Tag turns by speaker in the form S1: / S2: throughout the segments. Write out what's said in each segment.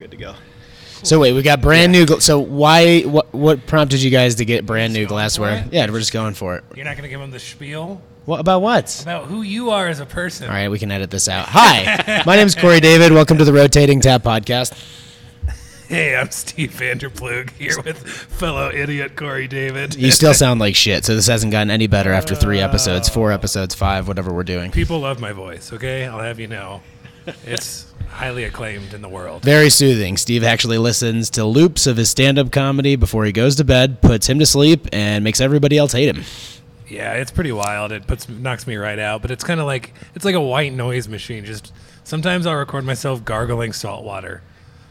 S1: Good to go.
S2: So wait, we got brand new. Gl- so why? What? What prompted you guys to get brand new glassware? Yeah, we're just going for it.
S3: You're not going to give them the spiel
S2: What about what?
S3: about who you are as a person.
S2: All right, we can edit this out. Hi, my name's Corey David. Welcome to the Rotating Tap Podcast.
S3: Hey, I'm Steve Vanderplug here with fellow idiot Corey David.
S2: You still sound like shit, so this hasn't gotten any better after three episodes, four episodes, five, whatever we're doing.
S3: People love my voice, okay? I'll have you know. It's highly acclaimed in the world.
S2: Very soothing. Steve actually listens to loops of his stand-up comedy before he goes to bed, puts him to sleep, and makes everybody else hate him.
S3: Yeah, it's pretty wild. It puts knocks me right out, but it's kind of like it's like a white noise machine. Just sometimes I'll record myself gargling salt water.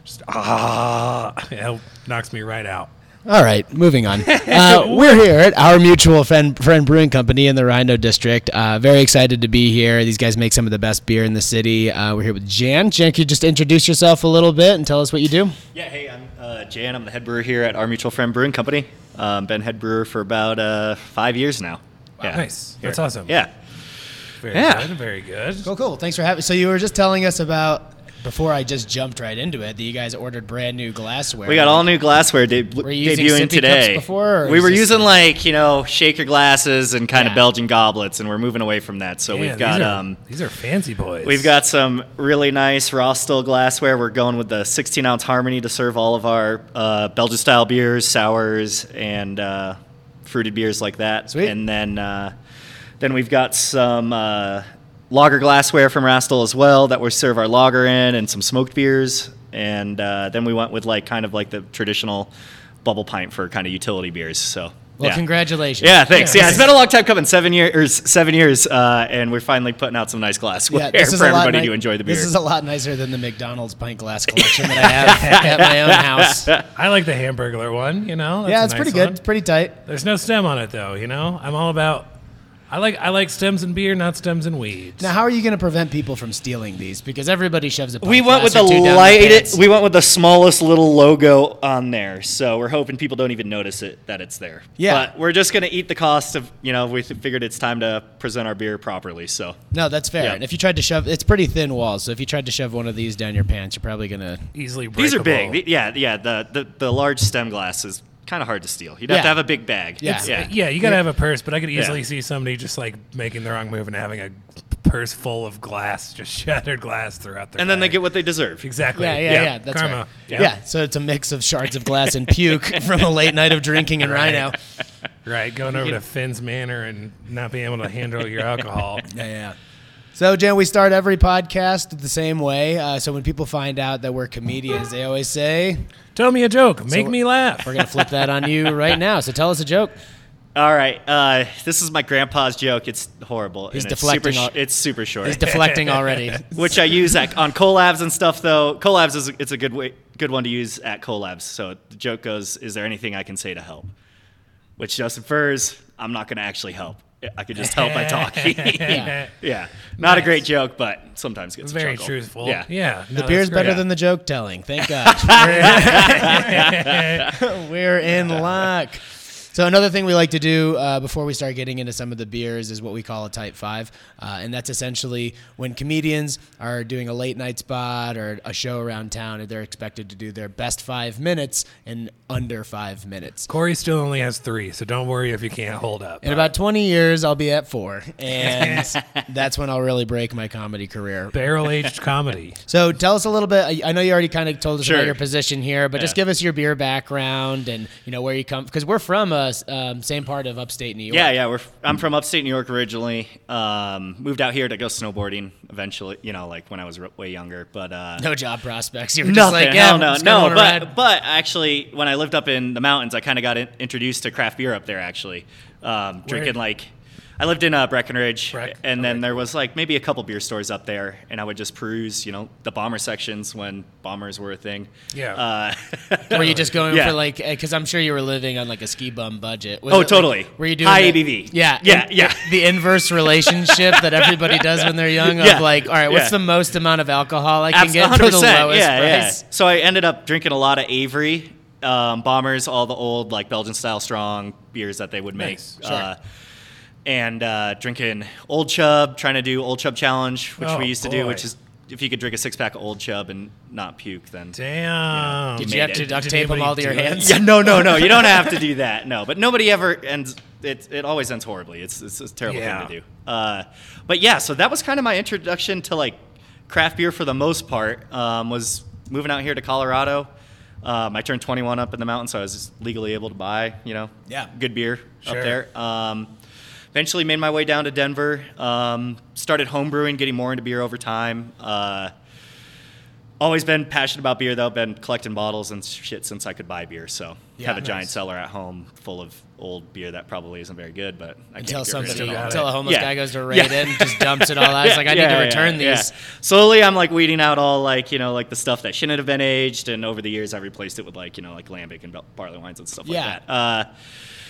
S3: Just ah, it help- knocks me right out.
S2: All right, moving on. Uh, we're here at our mutual friend, friend Brewing Company in the Rhino District. Uh, very excited to be here. These guys make some of the best beer in the city. Uh, we're here with Jan. Jan, can you just introduce yourself a little bit and tell us what you do?
S1: Yeah, hey, I'm uh, Jan. I'm the head brewer here at Our Mutual Friend Brewing Company. Um, been head brewer for about uh, five years now. Yeah.
S3: Nice.
S1: Here.
S3: That's awesome.
S1: Yeah.
S3: Very
S1: Yeah.
S3: good. Very good.
S2: Cool, cool. Thanks for having. So you were just telling us about before I just jumped right into it that you guys ordered brand new glassware.
S1: We got all new glassware de-
S2: you using sippy
S1: debuting
S2: cups
S1: today.
S2: before, or
S1: we
S2: is
S1: were
S2: this-
S1: using like you know shaker glasses and kind
S2: Yeah.
S1: of Belgian goblets, and we're moving away from that. So
S3: Yeah,
S1: we've got
S3: these are,
S1: um,
S3: these are fancy boys.
S1: We've got some really nice Rostel glassware. We're going with the 16 ounce Harmony to serve all of our uh, Belgian style beers, sours, and uh, fruited beers like that.
S2: Sweet.
S1: And then uh, then we've got some uh, lager glassware from Rostel as well that we serve our lager in, and some smoked beers. And uh, then we went with like kind of like the traditional bubble pint for kind of utility beers. So
S2: Well,
S1: yeah.
S2: congratulations.
S1: Yeah, thanks. Yeah, it's been a long time coming. Seven years, seven years, uh, and we're finally putting out some nice glassware
S2: Yeah, this is
S1: for
S2: a lot
S1: everybody
S2: ni-
S1: to enjoy the beer.
S2: This is a lot nicer than the McDonald's pint glass collection that I have at my own house.
S3: I like the Hamburglar one. You know. That's
S2: yeah,
S3: a
S2: it's
S3: nice
S2: pretty good.
S3: one.
S2: It's pretty tight.
S3: There's no stem on it though, you know? I'm all about I like I like stems in beer, not stems in weeds.
S2: Now, how are you going to prevent people from stealing these? Because everybody shoves a.
S1: we went with the light.
S2: lightest.
S1: we went with the smallest little logo on there, so we're hoping people don't even notice it that it's there.
S2: Yeah.
S1: but we're just gonna eat the cost of you know we figured it's time to present our beer properly. So
S2: no, that's fair.
S1: Yeah.
S2: And if you tried to shove, it's pretty thin walls. So if you tried to shove one of these down your pants, you're probably gonna.
S3: Easily breakable.
S1: these are big. The- Yeah, yeah. The the, the large stem glass is kind of hard to steal. You'd have
S2: Yeah.
S1: to have a big bag.
S2: Yeah.
S1: yeah.
S3: Uh, Yeah, you gotta have a purse, but I could easily
S1: Yeah.
S3: see somebody just like making the wrong move and having a purse full of glass, just shattered glass throughout their
S1: And then they
S3: bag.
S1: get what they deserve.
S3: Exactly.
S2: Yeah, yeah, yeah. that's
S3: Karma.
S2: fair. Yeah. so it's a mix of shards of glass and puke from a late night of drinking in Rhino.
S3: Right. Going over to Finn's Manor and not being able to handle your alcohol.
S2: Yeah, yeah. So, Jen, we start every podcast the same way. Uh, so when people find out that we're comedians, they always say,
S3: Tell me a joke. Make me laugh.
S2: "We're gonna flip that on you right now." So tell us a joke.
S1: All right, uh, this is my grandpa's joke. It's horrible.
S2: He's
S1: and it's
S2: deflecting
S1: Super
S2: all-
S1: sh- it's super short.
S2: He's deflecting already.
S1: which I use at, on collabs and stuff. Though collabs is it's a good way, good one to use at collabs. So the joke goes: Is there anything I can say to help? Which just infers I'm not going to actually help. I could just help by talking. yeah. not a great joke, but sometimes gets a
S3: Very
S1: chuckle.
S3: truthful.
S1: Yeah,
S3: Yeah.
S2: The beer's better
S1: Yeah.
S2: than the joke telling. Thank God. We're, we're in luck. So another thing we like to do uh, before we start getting into some of the beers is what we call a type five, uh, and that's essentially when comedians are doing a late night spot or a show around town, and they're expected to do their best five minutes in under five minutes.
S3: Corey still only has three, so don't worry if you can't hold up.
S2: In about 20 years, I'll be at four, and that's when I'll really break my comedy career.
S3: Barrel aged comedy.
S2: So tell us a little bit. I- I know you already kind of told us
S1: Sure.
S2: about your position here, but just
S1: Yeah.
S2: give us your beer background and you know where you come because we're from uh, s- um, same part of upstate New York.
S1: Yeah, yeah. We're, f- I'm from upstate New York originally. Um, moved out here to go snowboarding eventually, you know, like when I was r- way younger. But uh,
S2: No job prospects. You're just like, yeah,
S1: hell
S2: I'm
S1: no,
S2: just gonna
S1: no.
S2: wanna
S1: But
S2: ride.
S1: but actually, when I lived up in the mountains, I kind of got in, introduced to craft beer up there. Actually, um, drinking like I lived in uh, Breckenridge,
S3: Breck.
S1: and
S3: Okay.
S1: then there was like maybe a couple beer stores up there, and I would just peruse, you know, the bomber sections when bombers were a thing.
S3: Yeah.
S1: Uh,
S2: Were you just going
S1: Yeah.
S2: for like? Because I'm sure you were living on like a ski bum budget. Was
S1: Oh,
S2: it, like-
S1: totally.
S2: were you doing
S1: High
S2: the-
S1: ABV.
S2: Yeah,
S1: Yeah,
S2: in-
S1: yeah.
S2: The inverse relationship that everybody does when they're young of
S1: Yeah,
S2: like, all right, what's
S1: yeah.
S2: the most amount of alcohol I can
S1: Abs-
S2: get for the lowest
S1: yeah,
S2: price?
S1: Yeah. So I ended up drinking a lot of Avery um, bombers, all the old like Belgian style strong beers that they would make.
S3: Nice.
S1: Uh, and uh, drinking Old Chub, trying to do Old Chub Challenge, which
S3: Oh,
S1: we used to
S3: boy.
S1: do, which is if you could drink a six pack of Old Chub and not puke, then.
S3: Damn.
S2: Did
S1: Made
S2: you have
S1: it.
S2: to duct
S3: Did
S2: tape them
S3: anybody
S2: all to your
S3: do it?
S2: hands?
S1: Yeah, no, no, no. You don't have to do that. No, but nobody ever ends. It it always ends horribly. It's it's a terrible
S3: Yeah.
S1: thing to do. Uh, but yeah, so that was kind of my introduction to like craft beer for the most part. Um, was moving out here to Colorado. Um, I turned 21 up in the mountains, so I was legally able to buy, you know,
S2: Yeah.
S1: good beer
S3: Sure.
S1: up there. Um, eventually made my way down to Denver. Um, started homebrewing, getting more into beer over time. Uh, Always been passionate about beer though. Been collecting bottles and shit since I could buy beer. So
S2: Yeah,
S1: have a
S2: nice.
S1: giant cellar at home full of old beer that probably isn't very good, but I
S2: Until
S1: can't get rid of
S2: somebody,
S1: it all.
S2: until a homeless
S1: Yeah.
S2: guy goes to
S1: Yeah.
S2: raid it and just dumps it all out. It's like I need
S1: Yeah,
S2: to
S1: yeah,
S2: return
S1: yeah.
S2: these.
S1: Slowly, I'm like weeding out all like you know like the stuff that shouldn't have been aged, and over the years I've replaced it with like you know like lambic and bar- barley wines and stuff
S2: Yeah.
S1: like that. Uh,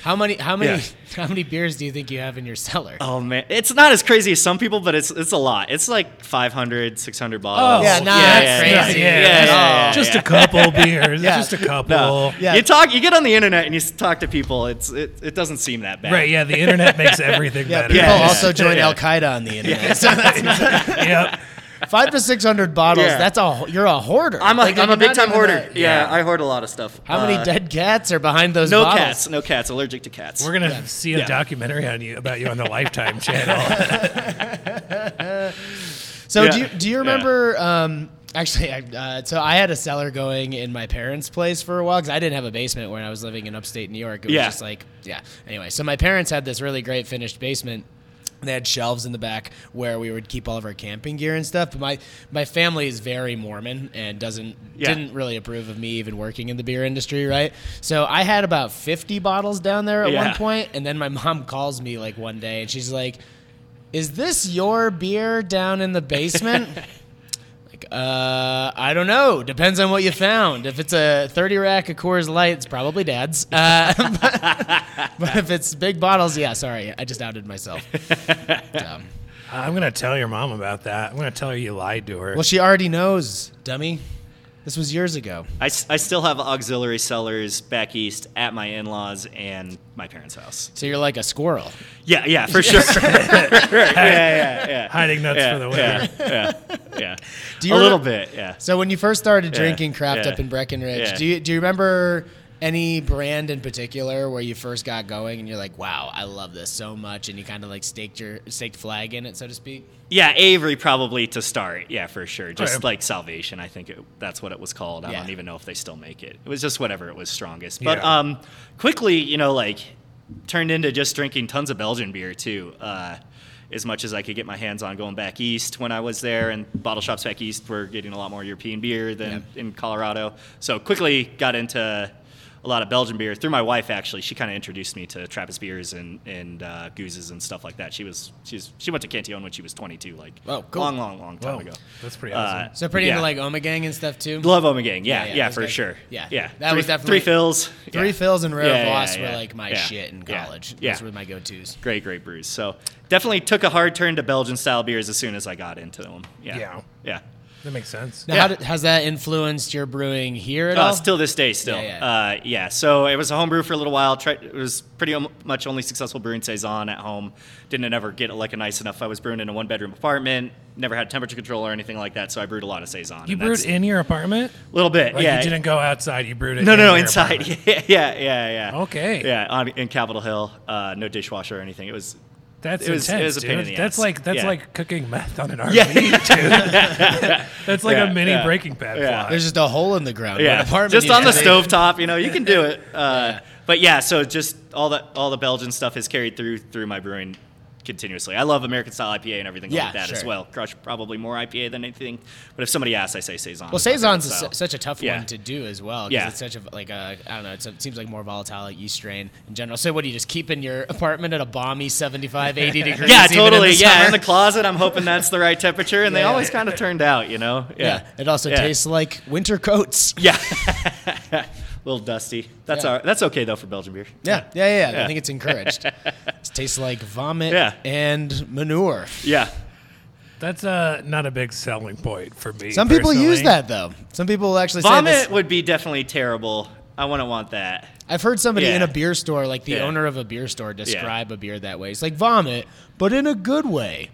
S2: How many? How many?
S1: Yeah.
S2: How many beers do you think you have in your cellar?
S1: oh man, it's not as crazy as some people, but it's it's a lot. It's like 500, 600 bottles.
S3: Yeah,
S2: not crazy
S1: Yeah,
S2: at all.
S1: yeah, yeah,
S3: Just
S1: Oh. yeah.
S3: a couple beers. Just a couple.
S1: No.
S2: Yeah.
S1: You talk, you get on the internet and you s- talk to people. It's it, it doesn't seem that bad.
S3: Right. Yeah. The internet makes everything better.
S2: People
S1: yeah, yeah.
S2: also join
S1: Yeah.
S2: Al Qaeda on the internet. So that's not-
S3: Yep.
S2: Five to six hundred bottles.
S1: Yeah.
S2: That's a you're a hoarder.
S1: I'm a
S2: Like,
S1: am
S2: you're
S1: a big
S2: not
S1: time
S2: even
S1: hoarder.
S2: a-
S1: yeah. I hoard a lot of stuff.
S2: How many
S1: Uh,
S2: dead cats are behind those
S1: No
S2: bottles?
S1: cats. No cats. Allergic to cats.
S3: We're gonna see a documentary on you about you on the Lifetime channel.
S2: So do you
S1: Yeah.
S2: do you remember? Um, actually, I, uh, so I had a cellar going in my parents' place for a while because I didn't have a basement when I was living in upstate New York. It was
S1: Yeah.
S2: just like yeah. Anyway, so my parents had this really great finished basement. They had shelves in the back where we would keep all of our camping gear and stuff. But my my family is very Mormon and doesn't
S1: Yeah.
S2: didn't really approve of me even working in the beer industry, right? So I had about fifty bottles down there at
S1: Yeah.
S2: one point, and then my mom calls me like one day and she's like, is this your beer down in the basement? like, uh, I don't know. Depends on what you found. If it's a 30 rack of Coors Light, it's probably dad's. Uh, but, but if it's big bottles, yeah, sorry. I just outed myself. Dumb.
S3: I'm gonna tell your mom about that. I'm gonna tell her you lied to her.
S2: Well, she already knows, dummy. This was years ago.
S1: I, s- I still have auxiliary cellars back east at my in laws and my parents' house.
S2: So you're like a squirrel.
S1: Yeah. Yeah. For sure. right, Yeah. Yeah. Yeah.
S3: Hiding nuts
S1: yeah,
S3: for the winter.
S1: Yeah. Yeah. yeah.
S2: Do you
S1: a little
S2: remem-
S1: bit. Yeah.
S2: So when you first started
S1: Yeah,
S2: drinking craft
S1: yeah,
S2: up in Breckenridge,
S1: yeah.
S2: do you do you remember any brand in particular where you first got going and you're like, wow, I love this so much, and you kind of like staked your staked flag in it, so to speak?
S1: Yeah, Avery probably to start. Yeah, for sure.
S2: Oh,
S1: Just
S3: Right.
S1: like Salvation, I think it, that's what it was called. I
S2: Yeah.
S1: don't even know if they still make it. It was just whatever it was strongest. But
S3: Yeah.
S1: um, quickly, you know, like turned into just drinking tons of Belgian beer too. Uh, as much as I could get my hands on going back east when I was there, and bottle shops back east were getting a lot more European beer than in Colorado. So quickly got into a lot of Belgian beer through my wife. Actually, she kind of introduced me to Trappist beers and and uh, gooses and stuff like that. She was she's she went to Cantillon when she was 22, like
S2: Oh, cool.
S1: long, long, long time
S3: Whoa,
S1: ago.
S3: that's pretty
S1: Uh,
S3: awesome.
S2: So pretty
S1: yeah.
S2: into like Oma Gang and stuff too.
S1: love Oma Gang. Yeah,
S2: Yeah,
S1: yeah,
S2: yeah, those
S1: for
S2: guys-
S1: sure.
S2: yeah.
S1: yeah.
S2: That
S1: three,
S2: was definitely-
S1: three fills.
S2: Three
S1: yeah.
S2: fills and Rare
S1: Yeah, yeah,
S2: Voss were
S1: yeah,
S2: like my
S1: yeah,
S2: shit in
S1: yeah,
S2: college.
S1: yeah.
S2: Those were my go tos.
S1: Great, great brews. So definitely took a hard turn to Belgian style beers as soon as I got into them. Yeah,
S3: Yeah.
S1: yeah.
S3: That makes sense.
S2: Now,
S1: Yeah.
S2: how did, has that influenced your brewing here at
S1: Uh,
S2: all?
S1: still this day, still.
S2: Yeah,
S1: Yeah,
S2: yeah.
S1: Uh, yeah. So it was a home brew for a little while. Tried, it was pretty om- much only successful brewing saison at home. Didn't ever get like a nice enough. I was brewing in a one bedroom apartment. Never had temperature control or anything like that. So I brewed a lot of saison.
S3: You
S1: and
S3: brewed
S1: that's-
S3: in your apartment?
S1: a little bit.
S3: Like
S1: yeah.
S3: you didn't go outside. You brewed it.
S1: No,
S3: in
S1: no, no,
S3: your
S1: inside.
S3: apartment.
S1: Yeah, yeah, yeah, yeah.
S3: Okay.
S1: Yeah, on, in Capitol Hill, uh, no dishwasher or anything. It was.
S3: That's
S1: It was- it
S3: intense,
S1: was a
S3: dude.
S1: pain in the
S3: that's
S1: ass.
S3: like that's
S1: Yeah.
S3: like cooking meth on an RV,
S1: Yeah.
S3: dude. that's like
S1: Yeah,
S3: a mini
S1: yeah.
S3: Breaking Bad
S1: Yeah.
S3: plot.
S2: There's just a hole in the ground.
S1: Yeah,
S2: An apartment
S1: just
S2: you
S1: on the
S2: can-
S1: stovetop, you know, you can do it. Uh, But yeah, so just all the all the Belgian stuff has carried through through my brewing continuously. I love American style IPA and everything
S2: Yeah,
S1: like that as
S2: sure.
S1: well. Crush probably more IPA than anything. But if somebody asks, I say saison.
S2: Well, saison's is su- such a tough
S1: Yeah.
S2: one to do as well. 'cause
S1: Yeah.
S2: it's such a like a I don't know. It's a, it seems like more volatile like yeast strain in general. So what do you just keep in your apartment at a balmy 75, 80 degrees?
S1: yeah,
S2: even in the
S1: totally. yeah,
S2: summer?
S1: in the closet, I'm hoping that's the right temperature, and they
S2: Yeah.
S1: always kind of turned out, you know.
S2: yeah. It also
S1: Yeah.
S2: tastes like winter coats.
S1: Yeah, a little dusty. That's
S2: Yeah.
S1: all. Right. That's okay though for Belgian beer.
S2: Yeah, yeah, yeah. yeah.
S1: Yeah.
S2: I think it's encouraged. it tastes like vomit
S1: Yeah.
S2: and manure.
S1: Yeah,
S3: That's uh, not a big selling point for me.
S2: Some people use
S3: personally.
S2: that though. Some people actually say this.
S1: vomit would be definitely terrible. I wouldn't want that.
S2: I've heard somebody
S1: Yeah.
S2: in a beer store, like the
S1: Yeah.
S2: owner of a beer store, describe a beer that way. It's like vomit, but in a good way.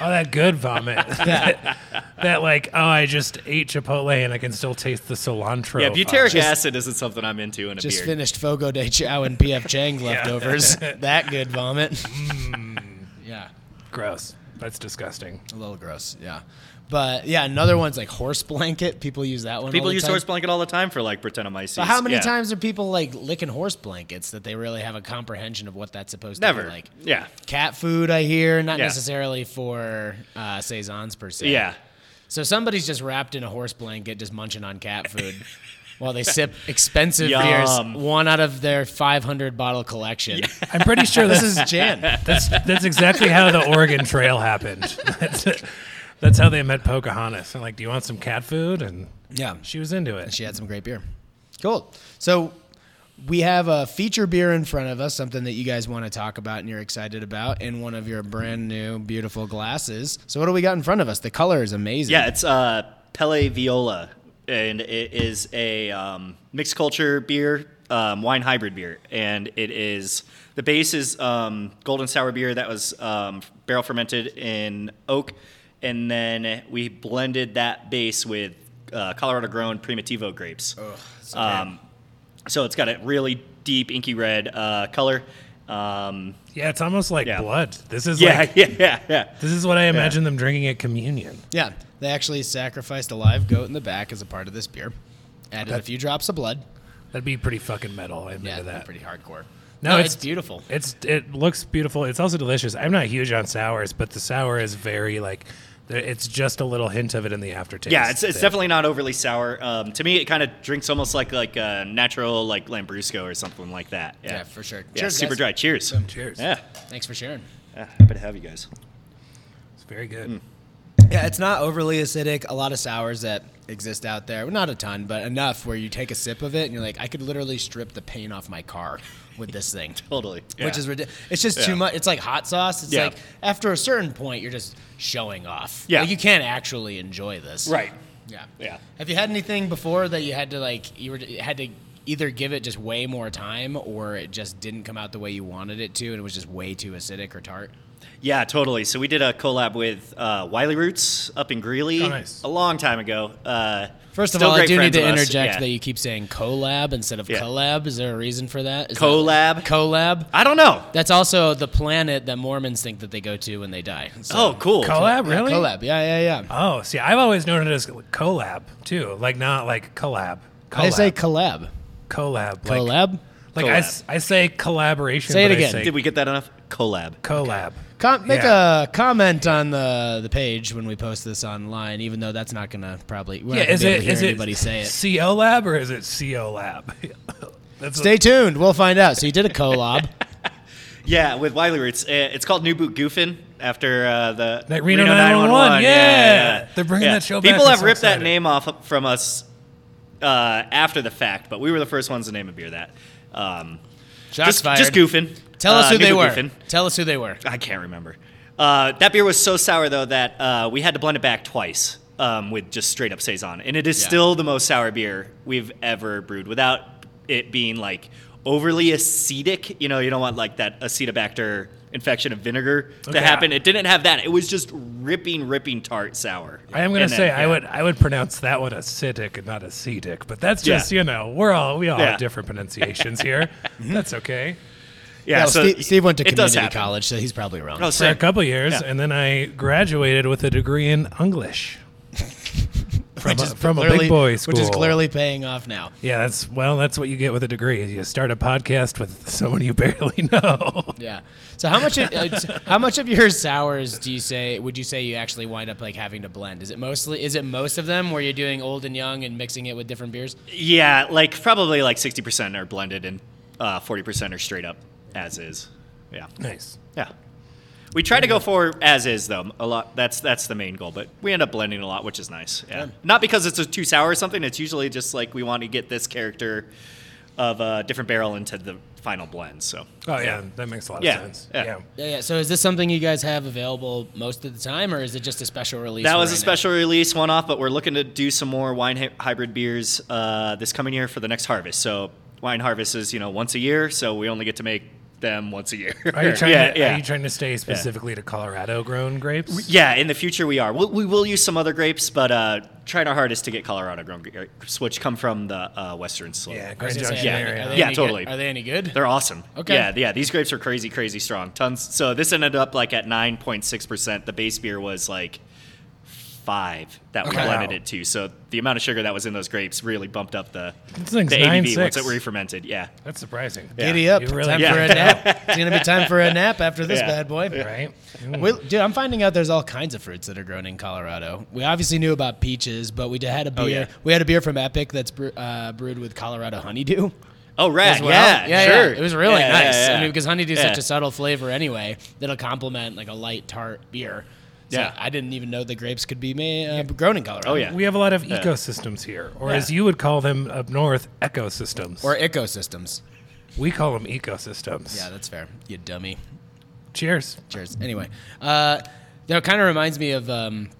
S3: Oh, that good vomit. that, that, like, oh, I just ate Chipotle and I can still taste the cilantro.
S1: Yeah, butyric
S3: vomit.
S1: acid isn't something I'm into in a
S2: Just
S1: beer.
S2: finished Fogo de Chao and PF Chang leftovers. that good vomit.
S1: Hmm.
S2: yeah,
S3: Gross. That's disgusting.
S2: a little gross. Yeah, but yeah, another one's like horse blanket. People use that one. all
S1: People
S2: the
S1: use
S2: time.
S1: horse blanket all the time for like Brettanomyces.
S2: But how many
S1: Yeah.
S2: times are people like licking horse blankets that they really have a comprehension of what that's supposed to
S1: Never.
S2: be like?
S1: yeah.
S2: Cat food, I hear, not
S1: Yeah.
S2: necessarily for uh, saisons per se.
S1: Yeah.
S2: So somebody's just wrapped in a horse blanket, just munching on cat food while they sip expensive
S1: Yum.
S2: beers, one out of their 500 bottle collection.
S3: I'm pretty sure
S2: This
S3: this
S2: is Jan.
S3: that's that's exactly how the Oregon Trail happened. That's, that's how they met Pocahontas. I'm like, do you want some cat food? And
S2: yeah,
S3: she was into it.
S2: she had some great beer. Cool. So we have a feature beer in front of us, something that you guys want to talk about and you're excited about in one of your brand new beautiful glasses. So what do we got in front of us? The color is amazing.
S1: Yeah, it's uh, Pele Viola, and it is a um, mixed culture beer, um, wine hybrid beer, and it is the base is um, golden sour beer that was um, barrel fermented in oak, and then we blended that base with uh, Colorado grown Primitivo grapes. um, so it's got a really deep inky red uh, color. Um,
S3: Yeah, it's almost like
S1: Yeah.
S3: blood. This is
S1: yeah,
S3: like
S1: yeah, yeah, yeah.
S3: this is what I imagine them drinking at communion.
S2: Yeah, they actually sacrificed a live goat in the back as a part of this beer. Added a few drops of blood.
S3: That'd be pretty fucking metal. I'm
S2: Yeah,
S3: into
S2: that'd
S3: that.
S2: be pretty hardcore.
S3: No,
S2: it's,
S3: it's-
S2: beautiful.
S3: It's it looks beautiful. It's also delicious. I'm not huge on sours, but the sour is very like th- it's just a little hint of it in the aftertaste.
S1: Yeah, it's, it's
S3: that-
S1: definitely not overly sour. Um, to me, it kind of drinks almost like like a natural like Lambrusco or something like that. Yeah,
S2: Yeah, for sure.
S1: Yeah,
S2: Cheers,
S1: super
S2: guys.
S1: dry. Cheers.
S3: Cheers.
S1: Yeah.
S2: Thanks for sharing.
S1: yeah, happy to have you guys.
S3: It's very good.
S2: Mm. Yeah, it's not overly acidic. A lot of sours that exist out there, not a ton, but enough where you take a sip of it and you're like, I could literally strip the paint off my car with this thing.
S1: Totally.
S2: Which
S1: Yeah.
S2: is ridiculous. It's just
S1: Yeah.
S2: too much. It's like hot sauce. It's
S1: Yeah.
S2: like after a certain point, you're just showing off.
S1: Yeah.
S2: Like, you can't actually enjoy this.
S1: right.
S2: Yeah.
S1: Yeah.
S2: Have you had anything before that you had to like you were had to either give it just way more time or it just didn't come out the way you wanted it to and it was just way too acidic or tart?
S1: Yeah, totally. So we did a collab with uh, Wiley Roots up in Greeley
S3: Oh, nice.
S1: a long time ago. Uh,
S2: First of
S1: still
S2: all, I
S1: great
S2: do need
S1: friends
S2: to
S1: of us.
S2: interject
S1: Yeah.
S2: that you keep saying collab instead of
S1: Yeah.
S2: collab. Is there a reason for that? Is that-
S1: Collab?
S2: collab.
S1: I don't know.
S2: That's also the planet that Mormons think that they go to when they die. So-
S1: oh, cool.
S3: Collab,
S2: Yeah,
S3: really?
S2: collab. Yeah, yeah, yeah.
S3: Oh, see, I've always known it as collab too, like not like collab. Collab.
S2: I say collab.
S3: collab. Like,
S2: Collab.
S3: Like I, s- I say collaboration.
S2: Say it
S3: but I
S2: again.
S3: say
S1: Did we get that enough? Collab.
S3: collab.
S2: Com- make
S3: Yeah.
S2: a comment on the the page when we post this online, even though that's not gonna probably we're
S3: Yeah,
S2: not gonna
S3: is
S2: be able
S3: it
S2: to hear
S3: is
S2: anybody
S3: it
S2: say it.
S3: CO lab or is it CO lab? That's
S2: Stay tuned. We'll find out. So you did a collab.
S1: Yeah, with Wiley Roots. Uh, It's called New Boot Goofin after uh, the
S3: That Reno 911, yeah. They're bringing that show back.
S1: People
S3: I'm
S1: have
S3: so
S1: ripped that
S3: excited.
S1: name off from us uh, after the fact, but we were the first ones to name a beer that. Um,
S2: Shots
S1: just,
S2: fired.
S1: just goofing.
S2: Tell us
S1: Uh,
S2: who
S1: New
S2: they
S1: Boot
S2: were.
S1: Goofin.
S2: Tell us who they were.
S1: I can't remember. Uh, that beer was so sour though that uh, we had to blend it back twice um, with just straight up saison, and it is
S2: Yeah.
S1: still the most sour beer we've ever brewed without it being like overly acetic. You know, you don't want like that acetobacter infection of vinegar to
S3: Okay.
S1: happen. It didn't have that. It was just ripping, ripping tart sour.
S3: I am gonna
S1: And then-
S3: say I
S1: yeah.
S3: would I would pronounce that one acidic and not acetic, but that's
S1: Yeah.
S3: just you know we're all we all
S1: Yeah. Mm-hmm.
S3: have different pronunciations here. that's okay.
S1: Yeah,
S2: Well,
S1: so
S2: Steve, Steve went to
S1: it does
S2: community
S1: happen. Oh,
S2: college, so he's probably wrong.
S1: No,
S3: For a
S1: same.
S3: couple years,
S1: Yeah.
S3: and then I graduated with a degree in English.
S2: which
S3: a-
S2: is
S3: from a big
S2: clearly,
S3: boy
S2: which is
S3: school.
S2: clearly paying off now.
S3: Yeah, that's well, that's what you get with a degree. You start a podcast with someone you barely know.
S2: Yeah. So how much of, uh, how much of your sours do you say would you say you actually wind up like having to blend? Is it mostly is it most of them where you're doing old and young and mixing it with different beers?
S1: Yeah, like probably like 60% are blended and uh, 40% are straight up as is. Yeah.
S3: nice.
S1: Yeah. We try to go for as is though a lot. That's that's the main goal, but we end up blending a lot, which is nice. Yeah. Not because it's a too sour or something. It's usually just like we want to get this character of a different barrel into the final blend. So
S3: Oh yeah, that makes a lot
S1: Yeah,
S3: of sense.
S1: yeah.
S2: Yeah, yeah. So is this something you guys have available most of the time, or is it just a special release?
S1: that was
S2: right
S1: a
S2: now?
S1: special release one off, but we're looking to do some more wine hy- hybrid beers uh, this coming year for the next harvest. So wine harvest is you know once a year, so we only get to make them once a year.
S3: Are you trying
S1: yeah,
S3: to,
S1: yeah.
S3: are you trying to stay specifically to Colorado grown grapes?
S1: Yeah, in the future we are. We'll, we will use some other grapes, but uh, trying our hardest to get Colorado grown grapes, which come from the uh, western slope.
S3: Yeah,
S2: I was
S3: Grand
S2: gonna say,
S3: Junction
S1: yeah,
S2: are they-
S3: area.
S2: are they
S1: Yeah,
S2: any
S1: totally.
S2: Good? Are they any good?
S1: they're awesome.
S2: Okay.
S1: Yeah, yeah. These grapes are crazy, crazy strong. Tons. So this ended up like at nine point six percent. The base beer was like five that we
S3: Okay.
S1: blended
S3: Wow.
S1: it to. So the amount of sugar that was in those grapes really bumped up the,
S3: This
S1: the
S3: thing's
S1: ABV
S3: 9.6.
S1: once it re-fermented. Yeah.
S3: That's surprising.
S2: Giddy up!
S3: You really
S2: time
S1: Yeah.
S2: for a nap. It's gonna be time for a nap after this
S1: Yeah.
S2: bad boy.
S3: right? Mm.
S1: Hmm.
S2: Well, dude, I'm finding out there's all kinds of fruits that are grown in Colorado. We obviously knew about peaches, but we had a beer.
S1: Oh, yeah.
S2: We had a beer from Epic that's brew, uh, brewed with Colorado honeydew.
S1: Oh,
S2: as
S1: rad.
S2: well.
S1: Yeah, Sure.
S2: It was really
S1: Yeah, yeah,
S2: nice.
S1: yeah.
S2: I mean, because honeydew is
S1: Yeah.
S2: such a subtle flavor anyway that'll complement like a light tart beer. So
S1: Yeah.
S2: I didn't even know the grapes could be made, uh, grown in Colorado.
S1: Oh yeah.
S3: we have a lot of ecosystems here, or as you would call them up north, ecosystems.
S2: Or ecosystems.
S3: we call them ecosystems.
S2: Yeah, that's fair. You dummy.
S3: Cheers.
S2: Cheers. Anyway, uh, that kind of reminds me of. Um,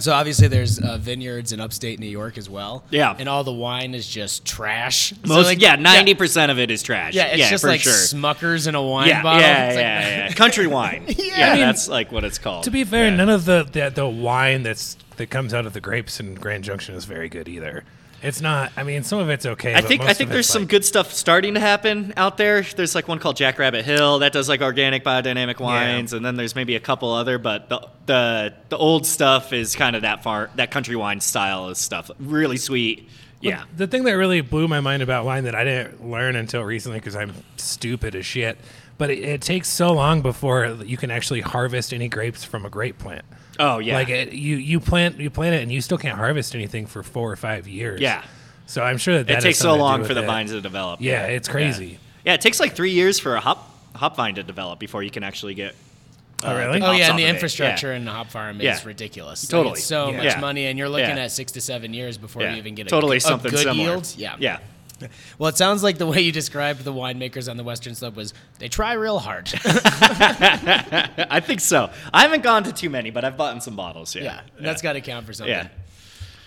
S2: so obviously, there's uh, vineyards in upstate New York as well.
S1: Yeah.
S2: and all the wine is just trash. So,
S1: Most,
S2: like,
S1: yeah, ninety percent of it is trash.
S2: Yeah, it's just
S1: for
S2: like
S1: sure.
S2: Smuckers in a wine
S1: yeah,
S2: bottle.
S1: Yeah,
S2: It's like-
S1: yeah, yeah. Country wine. yeah,
S3: I mean,
S1: that's like what it's called.
S3: To be fair,
S1: Yeah.
S3: none of the, the the wine that's that comes out of the grapes in Grand Junction is very good either. It's not. I mean, some of it's okay.
S1: I
S3: but
S1: think
S3: most
S1: I think
S3: of
S1: there's
S3: it's
S1: some
S3: like-
S1: good stuff starting to happen out there. There's like one called Jackrabbit Hill that does like organic biodynamic wines, and then there's maybe a couple other, but the the, the old stuff is kind of that far that country wine style of stuff. Really sweet. Yeah.
S3: The thing that really blew my mind about wine that I didn't learn until recently because I'm stupid as shit, but it, it takes so long before you can actually harvest any grapes from a grape plant.
S1: Oh yeah.
S3: Like it, you you plant you plant it and you still can't harvest anything for four or five years.
S1: Yeah.
S3: So I'm sure that, that
S1: it
S3: has
S1: takes so
S3: something to do
S1: long
S3: with
S1: for the
S3: it.
S1: vines to develop.
S3: Yeah, it's crazy.
S1: Yeah, it takes like three years for a hop hop vine to develop before you can actually get.
S3: Oh really?
S2: Oh
S1: hops
S2: yeah, and
S1: off of it.
S2: the
S1: Yeah.
S2: infrastructure in the hop farm is
S1: Yeah.
S2: ridiculous. Like,
S1: Totally.
S2: it's so
S3: Yeah.
S2: much
S1: Yeah.
S2: money, and you're looking
S1: Yeah.
S2: at six to seven years before
S1: Yeah.
S2: you even get a,
S1: totally
S2: a
S1: something
S2: good
S1: similar.
S2: yield. Yeah,
S1: Yeah.
S2: Well, it sounds like the way you described the winemakers on the Western Slope was they try real hard.
S1: I think so. I haven't gone to too many, but I've bought in some bottles. Yeah.
S2: yeah, that's got to count for something.
S1: Yeah.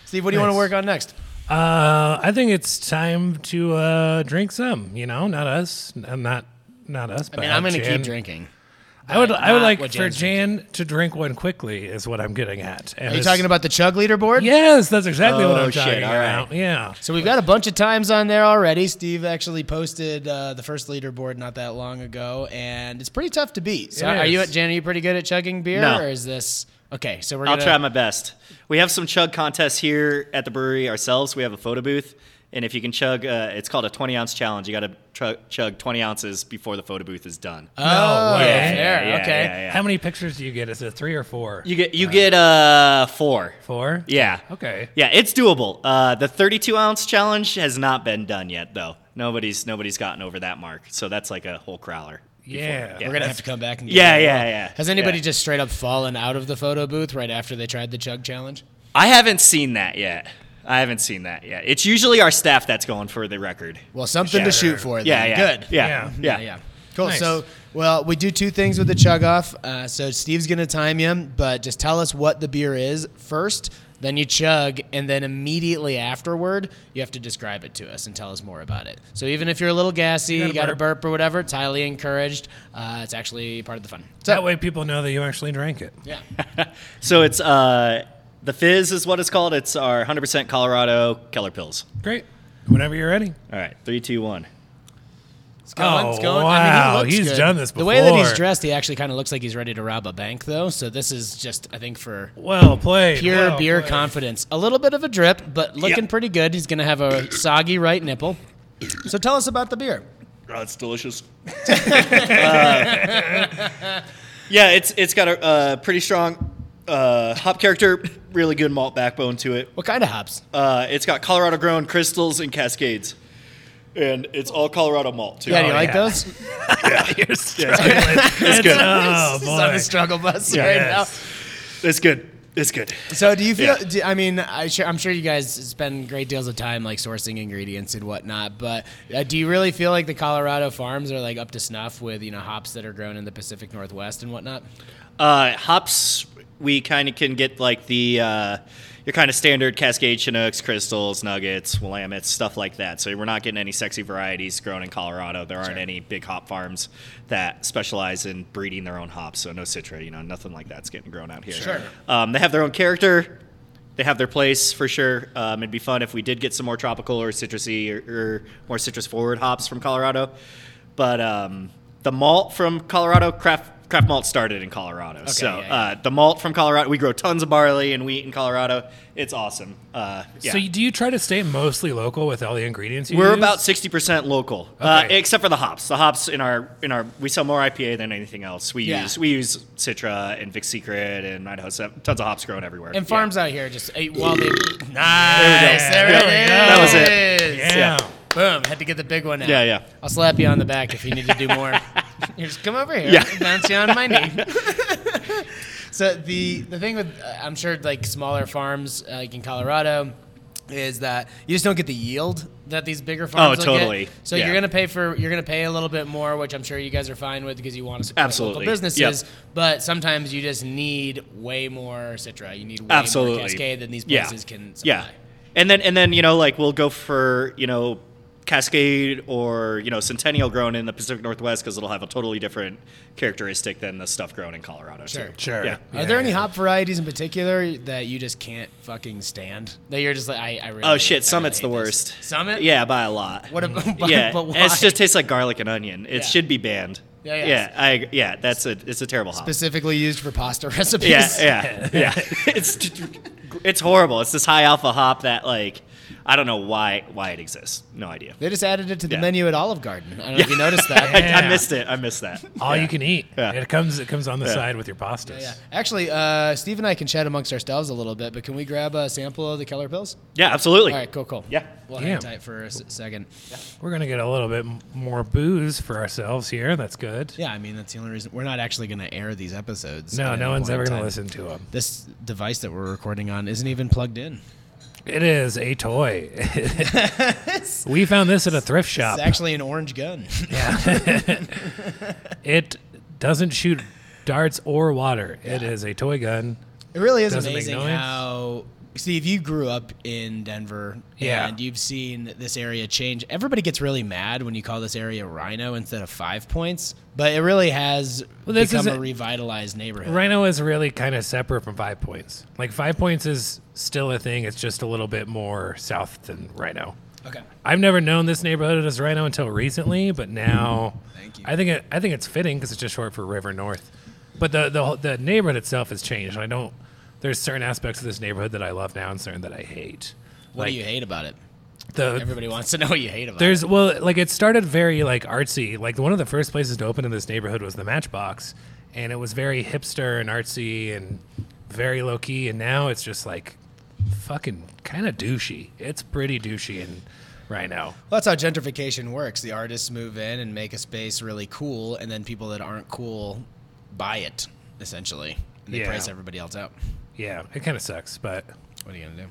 S2: Steve, what do you want to
S3: Nice.
S2: work on next?
S3: Uh, I think it's time to uh, drink some. You know, not us, N- not not us.
S2: I
S3: but
S2: mean, I'm going to
S3: Jan.
S2: keep drinking.
S3: I would I would
S2: not
S3: like
S2: what
S3: for
S2: Jan's
S3: Jan to drink one quickly. Is what I'm getting at. And
S2: Are you
S3: it's-
S2: talking about the chug leaderboard?
S3: Yes, that's exactly what
S1: Oh,
S3: I'm
S1: shit,
S3: talking
S1: all
S3: about.
S1: right.
S3: Yeah.
S2: So we've got a bunch of times on there already. Steve actually posted uh, the first leaderboard not that long ago, and it's pretty tough to beat. So
S3: It
S2: are you,
S3: is.
S2: at Jan? Are you pretty good at chugging beer,
S1: No.
S2: or is this okay? So we're
S1: I'll
S2: gonna
S1: try my best. We have some chug contests here at the brewery ourselves. We have a photo booth, and if you can chug, uh, it's called a 20 ounce challenge. You got to tr- chug 20 ounces before the photo booth is done.
S2: Oh,
S3: No way.
S2: yeah, fair.
S1: Yeah, yeah,
S2: okay.
S1: yeah, yeah.
S3: How many pictures do you get? Is it three or four?
S1: You get you get uh four.
S3: four.
S1: Yeah.
S3: Okay.
S1: Yeah, it's doable. Uh, the 32 ounce challenge has not been done yet, though. Nobody's nobody's gotten over that mark, so that's like a whole crowler.
S3: Yeah.
S2: We're gonna have to come back and get
S1: Yeah,
S2: that.
S1: yeah, yeah.
S2: Has anybody
S1: Yeah.
S2: just straight up fallen out of the photo booth right after they tried the chug challenge?
S1: I haven't seen that yet. I haven't seen that yet. It's usually our staff that's going for the record.
S2: Well, something to shoot for. Then.
S1: Yeah, yeah.
S2: Good.
S1: Yeah.
S2: Yeah,
S1: Yeah.
S2: yeah. Cool.
S3: Nice.
S2: So, well, we do two things with the chug off. Uh, so Steve's gonna time you, but just tell us what the beer is first. Then you chug, and then immediately afterward, you have to describe it to us and tell us more about it. So even if you're a little gassy, you
S3: gotta
S2: got, a
S3: burp.
S2: burp or whatever, it's highly encouraged. Uh, it's actually part of the fun. So
S3: That way people know that you actually drank it.
S2: yeah,
S1: So it's uh, the fizz is what it's called. It's our 100% Colorado Keller Pills.
S3: Great. Whenever you're ready.
S1: All right, three, two, one.
S2: It's going.
S3: Oh,
S2: it's going. I
S3: wow.
S2: mean, he looks
S3: He's
S2: good.
S3: done this
S2: The way that he's
S3: before.
S2: dressed, he actually kind of looks like he's ready to rob a bank, though. So this is just, I think, for
S3: Well played.
S2: pure
S3: well
S2: beer
S3: played.
S2: confidence. A little bit of a drip, but looking
S1: Oh, Yeah.
S2: pretty good. He's going to have a soggy right nipple. So tell us about the beer.
S1: Oh, it's delicious. yeah, it's it's got a uh, pretty strong uh, hop character, really good malt backbone to it.
S2: What kind of hops?
S1: Uh, it's got Colorado grown crystals and cascades, and it's all Colorado malt too.
S2: yeah, do you
S3: oh,
S2: like
S3: yeah.
S2: those?
S3: You're so-
S1: Yeah, it's good. it's good.
S3: Oh
S2: He's on
S3: boy.
S2: the struggle bus
S1: Yeah.
S2: right
S3: Yes.
S1: It's good. It's good.
S2: now. So do you feel?
S1: Yeah.
S2: Do, I mean, I sure, I'm sure you guys spend great deals of time like sourcing ingredients and whatnot, but uh, do you really feel like the Colorado farms are like up to snuff with you know hops that are grown in the Pacific Northwest and whatnot?
S1: Uh, hops, we kind of can get like the uh, your kind of standard Cascade Chinooks, Crystals, Nuggets, Willamettes, stuff like that. So we're not getting any sexy varieties grown in Colorado. There aren't any big hop farms that specialize in breeding their own hops. So no Citra, you know, nothing like that's getting grown out here.
S2: Sure.
S1: Um, they have their own character. They have their place for sure. Um, it'd be fun if we did get some more tropical or citrusy or, or more citrus forward hops from Colorado. But um, the malt from Colorado, craft, craft malt started in Colorado. so
S2: yeah, yeah.
S1: Uh, the malt from Colorado, we grow tons of barley and wheat in Colorado. It's awesome. Uh, yeah.
S3: So you- do you try to stay mostly local with all the ingredients you
S1: We're
S3: use?
S1: about sixty percent local, uh,
S3: Okay.
S1: except for the hops. The hops in our in our we sell more IPA than anything else. We
S2: Yeah.
S1: use we use Citra and Vic Secret and Idaho. Seven, tons of hops grown everywhere.
S2: And
S1: Yeah.
S2: farms out here just ate while they nice. There,
S1: Yeah.
S2: it is.
S1: That was it.
S3: Yeah.
S1: Yeah.
S2: Boom! Had to get the big one out.
S1: Yeah, yeah.
S2: I'll slap you on the back if you need to do more. you just come over here.
S1: Yeah.
S2: Bounce you on my knee. so the the thing with uh, I'm sure like smaller farms uh, like in Colorado is that you just don't get the yield that these bigger farms will get.
S1: Oh, totally.
S2: so
S1: Yeah.
S2: you're gonna pay for you're gonna pay a little bit more which i'm sure you guys are fine with because you want to support
S1: Absolutely.
S2: local
S1: Yep.
S2: businesses but sometimes you just need way more citra you need way
S1: absolutely
S2: more cascade than these
S1: Yeah.
S2: places can supply
S1: Yeah, and then and then you know like we'll go for you know Cascade or you know Centennial grown in the Pacific Northwest because it'll have a totally different characteristic than the stuff grown in Colorado.
S2: Sure.
S1: too.
S3: Sure.
S1: Yeah.
S2: Are there any hop varieties in particular that you just can't fucking stand? That you're just like, I, I really.
S1: Oh shit!
S2: I
S1: Summit's the
S2: really hate this.
S1: worst.
S2: Summit?
S1: Yeah, by a lot.
S2: What about? But,
S1: yeah,
S2: But why?
S1: it just tastes like garlic and onion. It
S2: Yeah.
S1: should be banned.
S2: Yeah, yeah.
S1: I agree. yeah. That's a it's a terrible hop.
S2: specifically used for pasta recipes.
S1: Yeah, yeah, yeah. it's it's horrible. It's this high alpha hop that like I don't know why why it exists. No idea.
S2: They just added it to the
S1: Yeah.
S2: menu at Olive Garden. I don't know if you noticed that.
S1: I, I
S3: Yeah.
S1: missed it. I missed that.
S3: All
S1: Yeah.
S3: you can eat.
S1: Yeah.
S3: It comes. It comes on the
S1: Yeah.
S3: side with your pastas.
S2: Yeah. Actually, uh, Steve and I can chat amongst ourselves a little bit, but can we grab a sample of the Keller Pills?
S1: Yeah, absolutely.
S2: All right, cool, cool.
S1: Yeah.
S2: We'll hang
S3: Damn.
S2: tight for a s- second.
S3: We're gonna get a little bit m- more booze for ourselves here. That's good.
S2: Yeah, I mean, that's the only reason. We're not actually going to air these episodes. at
S3: No,
S2: any
S3: no
S2: point
S3: one's
S2: in
S3: ever gonna
S2: time.
S3: listen to them.
S2: This device that we're recording on isn't even plugged in.
S3: It is a toy. we found this at a thrift shop.
S2: It's actually an orange gun.
S3: It doesn't shoot darts or water. It is a toy gun.
S2: It really is
S3: Doesn't make
S2: amazing
S3: noise.
S2: how Steve, you grew up in Denver
S3: Yeah.
S2: and you've seen this area change. Everybody gets really mad when you call this area Rhino instead of Five Points, but it really has
S3: Well, this
S2: become
S3: is
S2: a
S3: a-
S2: revitalized neighborhood.
S3: Rhino is really kind of separate from Five Points. Like Five Points is still a thing. It's just a little bit more south than Rhino.
S2: Okay.
S3: I've never known this neighborhood as Rhino until recently, but now
S2: Thank you.
S3: I think it, I think it's fitting because it's just short for River North. But the, the whole- the neighborhood itself has changed, and I don't. There's certain aspects of this neighborhood that I love now, and certain that I hate.
S2: What
S3: like
S2: do you hate about it?
S3: the
S2: Everybody wants to know what you hate about it.
S3: there's well, like it started very like artsy. Like one of the first places to open in this neighborhood was the Matchbox, and it was very hipster and artsy and very low key. And now it's just like fucking kind of douchey. It's pretty douchey and right now.
S2: Well, that's how gentrification works. The artists move in and make a space really cool, and then people that aren't cool buy it, essentially. And they
S3: Yeah.
S2: price everybody else out.
S3: Yeah, it kind of sucks, but
S2: What are you going to do?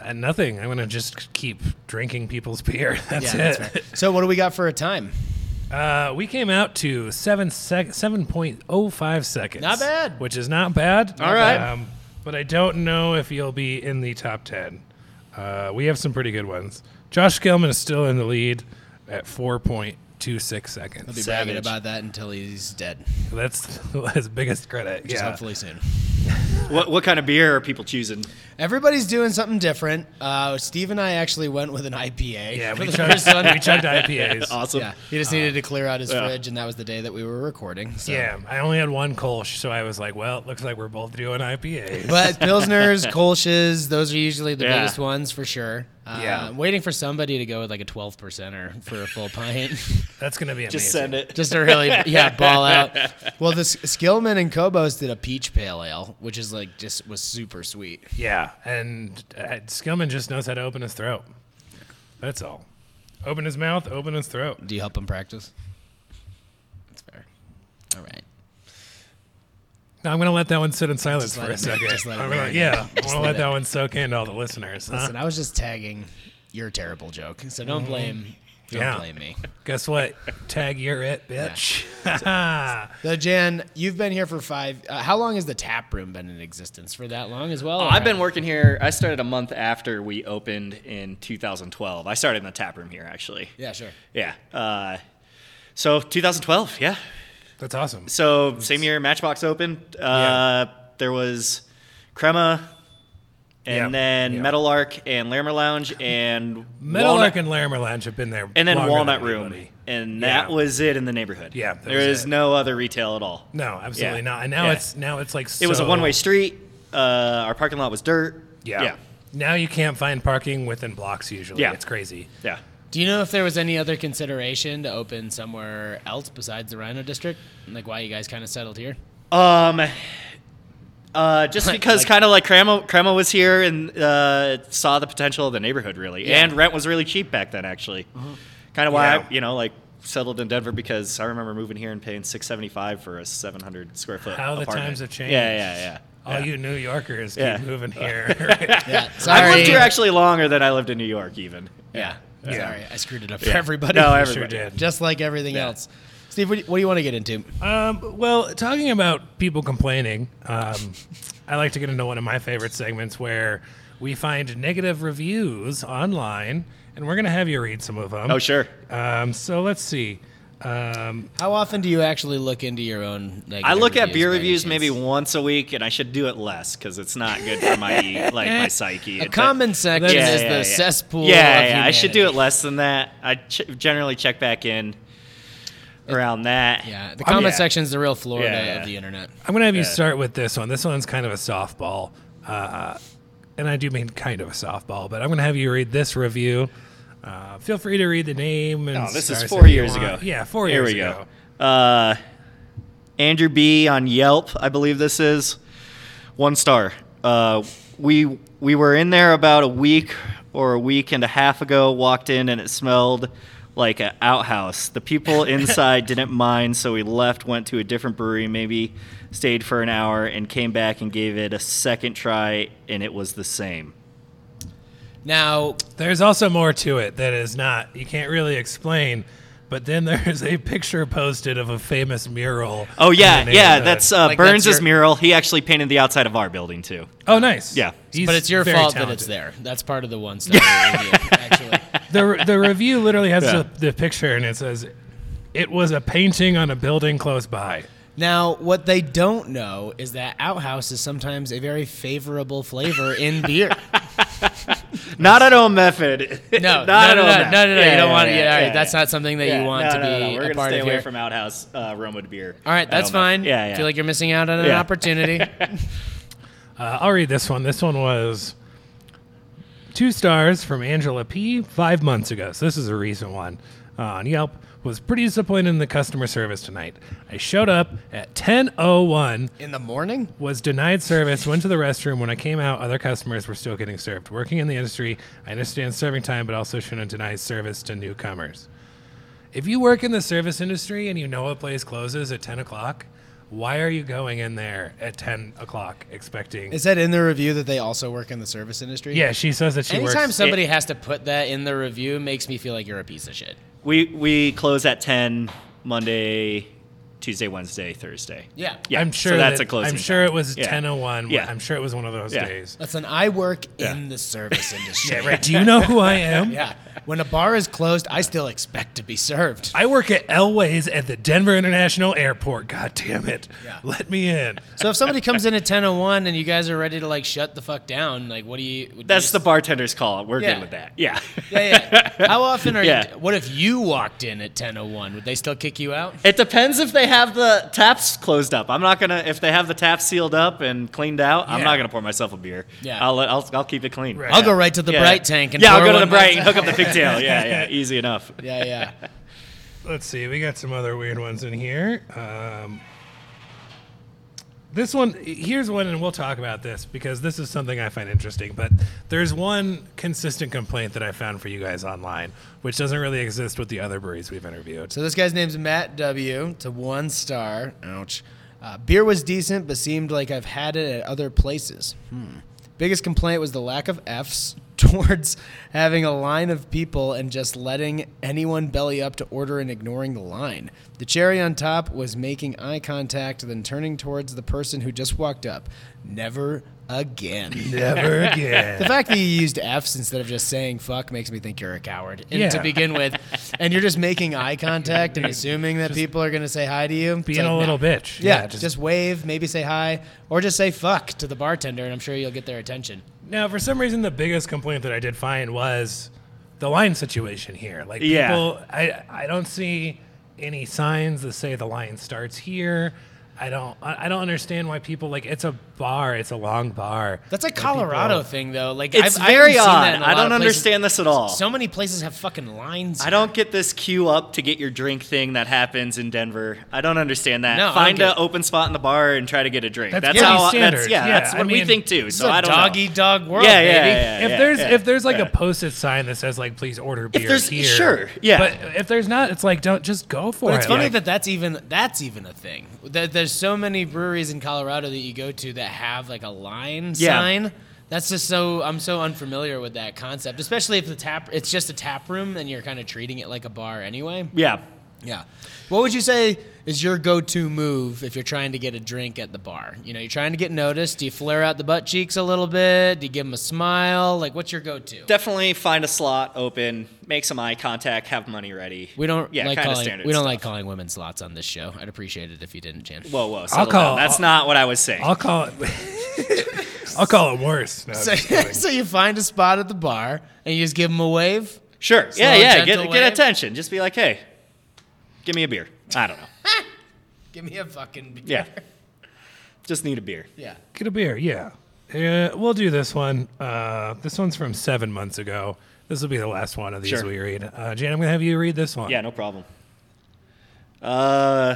S3: uh, nothing. I'm gonna just keep drinking people's beer. That's
S2: yeah,
S3: it.
S2: that's right. So, what do we got for a time?
S3: Uh, we came out to seven sec- seven point oh five seconds.
S2: Not bad.
S3: Which is not bad.
S2: All right.
S3: Um, but I don't know if you'll be in the top ten. Uh, we have some pretty good ones. Josh Gilman is still in the lead at four point two six seconds.
S2: He'll be
S1: Savage.
S2: bragging about that until he's dead.
S3: That's his biggest credit.
S2: Just
S3: yeah.
S2: hopefully soon.
S1: What what kind of beer are people choosing?
S2: Everybody's doing something different. Uh, Steve and I actually went with an IPA.
S3: Yeah,
S2: for
S3: we
S2: the
S3: chugged,
S2: first one.
S3: we chugged IPAs.
S1: Awesome.
S2: Yeah, he just needed to clear out his
S1: yeah.
S2: fridge, and that was the day that we were recording. So.
S3: Yeah, I only had one Kolsch, so I was like, well, it looks like we're both doing IPAs.
S2: But Pilsners, Kolsch's, those are usually the
S1: Yeah.
S2: biggest ones for sure. Uh,
S3: Yeah.
S2: I'm waiting for somebody to go with like a 12%er for a full pint.
S3: That's going to be amazing.
S1: Just send it.
S2: Just to really, yeah, ball out. Well, the S- Skillman and Kobos did a peach pale ale, which is like just was super sweet.
S3: Yeah, and uh, Skillman just knows how to open his throat. That's all. Open his mouth, open his throat.
S2: Do you help him practice? That's fair. All right.
S3: Now I'm going to let that one sit in silence
S2: Just
S3: for
S2: let
S3: a
S2: it-
S3: second.
S2: just let it
S3: I'm gonna-
S2: marinate.
S3: yeah, I
S2: Just
S3: want to
S2: let
S3: let
S2: it-
S3: that one soak in to all the listeners. huh?
S2: Listen, I was just tagging your terrible joke, so don't blame. Mm-hmm. Don't
S3: Yeah.
S2: blame me.
S3: Guess what? Tag you're it, bitch.
S2: So Jan, you've been here for five. Uh, how long has the tap room been in existence for that long as well?
S1: Oh,
S2: or
S1: I've been
S2: how-
S1: working here. I started a month after we opened in 2012. I started in the tap room here, actually.
S2: Yeah, sure.
S1: Yeah. Uh, so 2012, yeah.
S3: That's awesome.
S1: So same year Matchbox opened. Uh, There was Crema, and
S3: Yeah.
S1: then
S3: Yeah.
S1: Metal Arc and Lammer Lounge and
S3: Metal
S1: Walnut-
S3: Arc and Larimer Lounge have been there.
S1: and then
S3: longer
S1: Walnut
S3: than
S1: Room,
S3: anybody.
S1: and
S3: Yeah.
S1: that was it in the neighborhood.
S3: Yeah, that
S1: there
S3: was
S1: is
S3: it.
S1: no other retail at all.
S3: No, absolutely
S1: Yeah.
S3: not. And now
S1: Yeah.
S3: it's now it's like
S1: It was a
S3: so-
S1: one-way street. Uh, our parking lot was dirt.
S3: Yeah.
S1: yeah,
S3: Now you can't find parking within blocks usually.
S1: Yeah.
S3: It's crazy.
S1: yeah.
S2: Do you know if there was any other consideration to open somewhere else besides the Rhino District? Like why you guys kind of settled here?
S1: Um, uh, just because
S2: Like-
S1: kind of like Crema, Crema was here and uh, saw the potential of the neighborhood really,
S2: Yeah.
S1: and rent was really cheap back then actually. Kind of why
S3: Uh-huh. Yeah.
S1: I, you know like settled in Denver because I remember moving here and paying six seventy five for a seven hundred square foot.
S3: How the
S1: apartment.
S3: times have changed.
S1: Yeah, yeah, yeah.
S3: All you New Yorkers
S1: Yeah.
S3: keep moving here.
S2: Yeah,
S1: I
S2: sorry.
S1: lived here actually longer than I lived in New York even.
S2: Yeah.
S3: Yeah.
S2: Sorry, I screwed it up
S1: Yeah.
S2: for everybody.
S1: No,
S3: I sure
S1: everybody.
S3: did.
S2: Just like everything else. Steve, what do, you, what do you want to get into?
S3: Um, well, talking about people complaining, um, I like to get into one of my favorite segments where we find negative reviews online, and we're going to have you read some of them.
S1: Oh sure.
S3: Um, so let's see. Um,
S2: How often do you actually look into your own negative
S1: I look at
S2: reviews
S1: beer
S2: by any
S1: reviews
S2: chance?
S1: maybe once a week, and I should do it less because it's not good for my e- like my psyche.
S2: Eh, A
S1: It-
S2: common section
S1: Yeah,
S2: is
S1: yeah,
S2: the
S1: yeah.
S2: cesspool.
S1: Yeah,
S2: of
S1: yeah, I should do it
S2: humanity.
S1: less than that. I ch- generally check back in around that.
S2: Yeah, the comment
S3: yeah.
S2: section is the real Florida
S1: Yeah, yeah.
S2: of the internet.
S3: I'm going to have you
S1: Yeah.
S3: start with this one. This one's kind of a softball. Uh, and I do mean kind of a softball, but I'm going to have you read this review. Uh, feel free to read the name. And
S1: Oh, this is
S3: stars
S1: four
S3: if you
S1: years
S3: want.
S1: ago.
S3: Yeah, four
S1: Here
S3: years
S1: we
S3: ago.
S1: go. Uh, Andrew B on Yelp, I believe this is one star. Uh, we we were in there about a week or a week and a half ago. Walked in and it smelled like an outhouse. The people inside didn't mind, so we left, went to a different brewery, maybe stayed for an hour, and came back and gave it a second try, and it was the same.
S2: Now,
S3: There's also more to it that is not you can't really explain. But then there's a picture posted of a famous mural.
S1: Oh
S3: in
S1: yeah,
S3: the
S1: yeah.
S3: neighborhood.
S1: That's uh,
S2: Like, that's
S1: Burns'
S2: your-
S1: mural. He actually painted the outside of our building too.
S3: oh nice.
S1: Yeah.
S3: He's
S2: but it's your
S3: very
S2: fault that
S3: talented.
S2: it's there. That's part of the one star review, actually.
S3: The the review literally has
S1: Yeah.
S3: the, the picture and it says, "It was a painting on a building close by."
S2: Now, what they don't know is that outhouse is sometimes a very favorable flavor in beer.
S1: Not at home method.
S2: No,
S1: not
S2: no, no,
S1: at
S2: no,
S1: all
S2: no,
S1: method.
S2: no, no,
S1: Yeah,
S2: You don't
S1: yeah,
S2: want to. Yeah,
S1: yeah,
S2: all right,
S1: yeah,
S2: that's
S1: yeah.
S2: not something that
S1: Yeah,
S2: you want
S1: no,
S2: to
S1: no, no,
S2: be
S1: We're
S2: a
S1: gonna
S2: part
S1: stay
S2: of
S1: away
S2: here.
S1: from outhouse uh, Romewood beer.
S2: all right,
S1: At
S2: that's
S1: home
S2: fine.
S1: method. Yeah, yeah.
S2: Feel like you're missing out on an
S1: Yeah.
S2: opportunity.
S3: Uh, I'll read this one. This one was two stars from Angela P. five months ago. So this is a recent one uh, on Yelp. Was pretty disappointed in the customer service tonight. I showed up at 10:01
S2: in the morning?
S3: was denied service, went to the restroom. When I came out, other customers were still getting served. Working in the industry, I understand serving time, but also shouldn't deny service to newcomers. If you work in the service industry and you know a place closes at 10 o'clock, why are you going in there at 10 o'clock expecting?
S2: Is that in the review that they also work in the service industry?
S3: yeah, she says that she
S2: Anytime
S3: works.
S2: somebody has to put that in the review, makes me feel like you're a piece of shit.
S1: We we close at ten Monday Tuesday, Wednesday, Thursday.
S2: Yeah.
S1: Yeah,
S3: I'm sure
S1: so that's
S3: that-
S1: a closing.
S3: I'm sure it
S1: time.
S3: was
S1: Yeah.
S3: 10:01.
S1: Yeah.
S3: I'm sure it was one of those
S1: Yeah.
S3: days.
S2: Listen, I work
S1: Yeah.
S2: in the service industry.
S3: Do you know who I am?
S2: Yeah. When a bar is closed, I still expect to be served.
S3: I work at Elways at the Denver International Airport. God damn it.
S2: Yeah.
S3: Let me in.
S2: So if somebody comes in at 10:01 and you guys are ready to like shut the fuck down, like what do you would you
S1: That's
S2: just-
S1: the bartender's call. We're
S2: Yeah.
S1: good with that. Yeah.
S2: Yeah, yeah. How often are
S1: Yeah.
S2: you What if you walked in at 10:01? Would they still kick you out?
S1: It depends if they have the taps closed up. I'm not gonna if they have the taps sealed up and cleaned out. I'm
S2: Yeah.
S1: not gonna pour myself a beer.
S2: Yeah.
S1: I'll I'll, I'll keep it clean.
S3: Right.
S2: I'll go right to the
S1: Yeah.
S2: bright tank and
S1: yeah, I'll
S2: pour
S1: go to the
S2: one myself.
S1: bright and hook up the pigtail. Yeah, yeah, easy enough.
S2: Yeah, yeah.
S3: Let's see. We got some other weird ones in here. Um, this one, here's one, and we'll talk about this because this is something I find interesting. But there's one consistent complaint that I found for you guys online, which doesn't really exist with the other breweries we've interviewed.
S2: So this guy's name's Matt W. It's a one star. Ouch. Uh, beer was decent, but seemed like I've had it at other places. Hmm. Biggest complaint was the lack of Fs towards having a line of people and just letting anyone belly up to order and ignoring the line. The cherry on top was making eye contact, then turning towards the person who just walked up. Never again.
S3: Never
S2: The
S3: again.
S2: fact that you used F's instead of just saying fuck makes me think you're a coward. And
S3: Yeah.
S2: to begin with, and you're just making eye contact and assuming that people are going to say hi to you. It's
S3: Being
S2: like,
S3: a
S2: no.
S3: little bitch.
S2: Yeah, just, wave, maybe say hi, or just say fuck to the bartender, and I'm sure you'll get their attention.
S3: Now, for some reason, the biggest complaint that I did find was the line situation here. Like,
S1: Yeah.
S3: people, I, I don't see any signs that say the line starts here. I don't, I I don't understand why people like it's a bar, it's a long bar.
S2: That's a
S3: Why
S2: Colorado
S3: people-
S2: thing, though. Like
S1: It's
S2: I've, I haven't
S1: very
S2: seen that
S1: odd.
S2: in a
S1: I
S2: lot
S1: don't
S2: of places.
S1: understand this at all.
S2: So many places have fucking lines.
S1: I don't get this queue up to get your drink thing that happens in Denver. I don't understand that.
S2: No, I don't
S1: Find
S2: get
S1: an
S2: it.
S1: open spot in the bar and try to get a drink.
S3: That's
S1: That's,
S3: pretty
S1: how. That's,
S3: standard.
S1: yeah,
S3: Yeah,
S1: that's
S3: I
S1: what we
S3: mean,
S1: think too.
S2: It's
S1: So
S2: a
S1: I don't
S2: dog
S1: know.
S2: eat dog world,
S1: yeah, yeah,
S2: baby.
S1: yeah, yeah,
S3: if there's
S1: yeah,
S3: if there's like
S1: yeah.
S3: a posted sign that says like please order beer
S1: there's-
S3: here,
S1: sure, yeah.
S3: But if there's not, it's like don't just go for
S2: But
S3: it.
S2: it's funny
S3: like-
S2: that that's even that's even a thing. There, there's so many breweries in Colorado that you go to that have like a line
S1: Yeah.
S2: sign. That's just so I'm so unfamiliar with that concept, especially if the tap it's just a tap room and you're kind of treating it like a bar anyway.
S1: yeah.
S2: Yeah. What would you say is your go-to move if you're trying to get a drink at the bar? You know, you're trying to get noticed. Do you flare out the butt cheeks a little bit? Do you give them a smile? Like, what's your go-to?
S1: Definitely find a slot open, make some eye contact, have money ready.
S2: We don't
S1: yeah,
S2: like
S1: kinda
S2: calling
S1: standard
S2: we don't
S1: stuff.
S2: like calling women slots on this show. I'd appreciate it if you didn't, Jan.
S1: Whoa, whoa! settle
S3: call-
S1: down. That's not what I was saying.
S3: I'll call it. I'll call it worse. No,
S2: So,
S3: just kidding.
S2: so you find a spot at the bar and you just give them a wave.
S1: Sure.
S2: Slow,
S1: yeah, yeah. Get,
S2: gentle wave.
S1: get attention. Just be like, hey, give me a beer. I don't know.
S2: Give me a fucking beer.
S1: Yeah. Just need a beer.
S2: Yeah.
S3: Get a beer, yeah. Uh, we'll do this one. Uh, this one's from seven months ago. This will be the last one of these
S1: Sure.
S3: we read. Uh, Jan, I'm going to have you read this one.
S1: Yeah, no problem. Uh,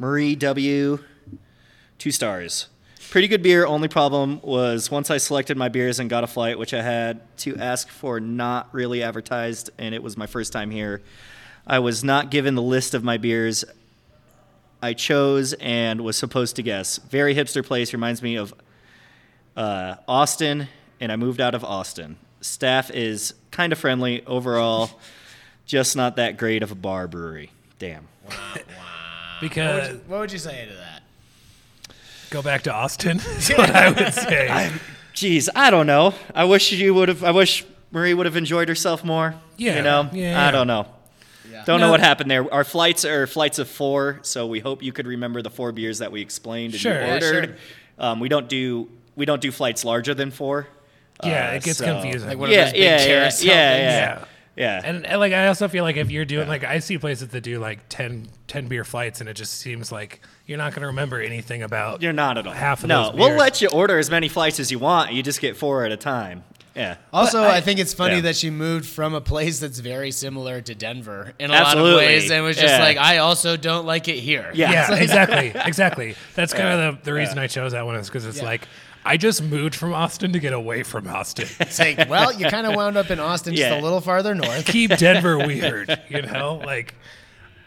S1: Marie W. Two stars. Pretty good beer. Only problem was once I selected my beers and got a flight, which I had to ask for, not really advertised, and it was my first time here. I was not given the list of my beers I chose and was supposed to guess. Very hipster place. Reminds me of uh, Austin, and I moved out of Austin. Staff is kind of friendly overall, just not that great of a bar brewery. Damn.
S3: Because
S2: What would you say to that?
S3: go back to Austin is what I would say.
S1: Jeez, I don't know. I wish you would have. I wish Marie would have enjoyed herself more.
S3: Yeah,
S1: You know.
S3: yeah, yeah.
S1: I don't know. Don't
S3: No.
S1: know what happened there. Our flights are flights of four, so we hope you could remember the four beers that we explained and
S3: Sure.
S1: you
S3: Yeah,
S1: ordered.
S2: sure.
S1: um, we don't do we don't do flights larger than four.
S3: yeah,
S1: Uh,
S3: it gets
S1: so-
S3: confusing.
S2: Like one
S1: yeah,
S2: of those big
S1: yeah, yeah,
S2: carousel
S1: yeah,
S2: things.
S1: yeah, yeah.
S3: and, and, like I also feel like if you're doing like I see places that do like 10, 10 beer flights and it just seems like you're not going to remember anything about
S1: You're not at all.
S3: half of
S1: no,
S3: those
S1: we'll
S3: beers.
S1: let you order as many flights as you want. You just get four at a time. Yeah.
S2: Also, I, think it's funny
S1: Yeah.
S2: that she moved from a place that's very similar to Denver in a lot
S1: Absolutely.
S2: of ways and was just
S1: Yeah.
S2: like, I also don't like it here.
S1: Yeah.
S3: Yeah, exactly, exactly. That's kind of the, the reason I chose that one is because it's
S2: Yeah.
S3: like I just moved from Austin to get away from Austin.
S2: It's like, well, you kind of wound up in Austin just
S1: Yeah.
S2: a little farther north.
S3: keep Denver weird, you know? Like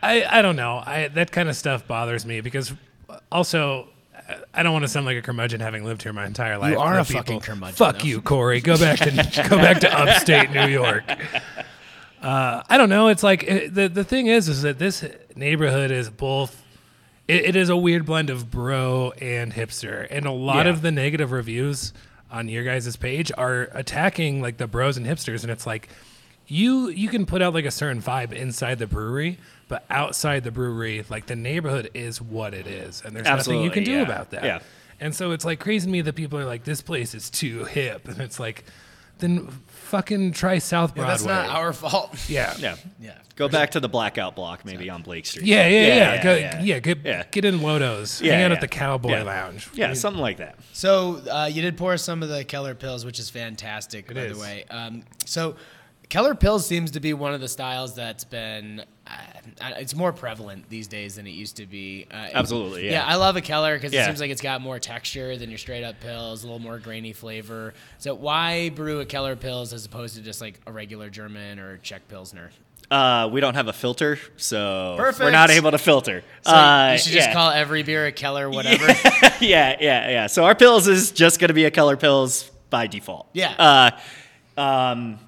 S3: I I don't know. I that kind of stuff bothers me because also I- I don't want to sound like a curmudgeon having lived here my entire life.
S2: are
S3: The
S2: a fucking curmudgeon,
S3: Fuck
S2: though.
S3: you, Corey. Go back to go back to upstate New York. eh, Uh, I don't know. It's like it, the the thing is, is that this neighborhood is both it, it is a weird blend of bro and hipster, and a lot
S1: Yeah.
S3: of the negative reviews on your guys' page are attacking like the bros and hipsters, and it's like you you can put out like a certain vibe inside the brewery, but outside the brewery, like the neighborhood is what it is, and there's nothing you
S1: Absolutely,
S3: can do
S1: yeah.
S3: about that.
S1: Yeah.
S3: And so it's like crazy to me that people are like, this place is too hip, and it's like, then fucking try South Broadway.
S2: That's not our fault.
S3: yeah.
S1: Yeah.
S2: Yeah.
S1: Go back to the blackout block, maybe on Blake Street.
S3: Yeah, yeah, yeah. Yeah, Go, yeah.
S1: yeah.
S3: get
S1: Yeah.
S3: get in Lotos.
S1: Yeah,
S3: hang out
S1: yeah.
S3: at the Cowboy
S1: Yeah.
S3: Lounge. Mm.
S1: Yeah, something like that.
S2: So uh, you did pour us some of the Keller pills, which is fantastic, by
S3: is.
S2: the way. Um, so Keller pills seems to be one of the styles that's been. Uh, it's more prevalent these days than it used to be. Uh,
S1: Absolutely, yeah.
S2: I love a Keller because it
S1: Yeah.
S2: seems like it's got more texture than your straight up pills, a little more grainy flavor. So why brew a Keller pills as opposed to just like a regular German or Czech pilsner?
S1: Uh, we don't have a filter, so
S2: Perfect.
S1: we're not able to filter.
S2: So
S1: uh,
S2: you should just
S1: yeah.
S2: call every beer a Keller, whatever.
S1: yeah, yeah, yeah. So our pills is just going to be a color pills by default.
S2: Yeah.
S1: Uh, um,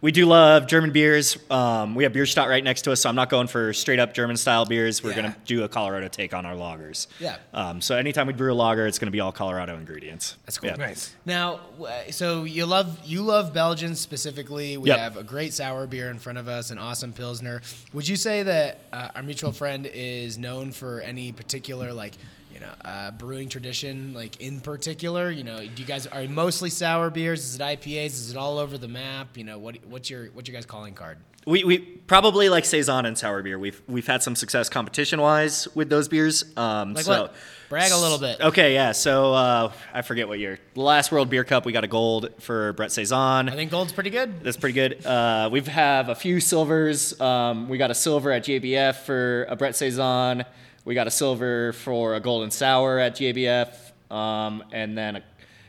S1: we do love German beers. Um, we have Bierstadt right next to us, so I'm not going for straight up German style beers. We're
S2: Yeah.
S1: going to do a Colorado take on our lagers.
S2: Yeah.
S1: Um, so anytime we brew a lager, it's going to be all Colorado ingredients.
S2: That's cool.
S1: Yeah.
S3: Nice.
S2: Now, w- so you love you love Belgians specifically. We
S1: Yep.
S2: have a great sour beer in front of us, an awesome pilsner. Would you say that uh, our mutual friend is known for any particular like you know uh, brewing tradition, like in particular? You know, do you guys are you mostly sour beers? Is it IPAs? Is it all over the map? You know, what what's your what's your guys calling card?
S1: We, we probably like saison and sour beer. We've we've had some success competition wise with those beers. Um,
S2: Like
S1: so
S2: what? Brag a little bit.
S1: Okay, yeah. So uh, I forget what year. The last World Beer Cup, we got a gold for Brett Saison.
S2: I think gold's pretty good.
S1: That's pretty good. Uh, we have a few silvers. Um, we got a silver at JBF for a Brett Saison. We got a silver for a Golden Sour at JBF, um, and then a,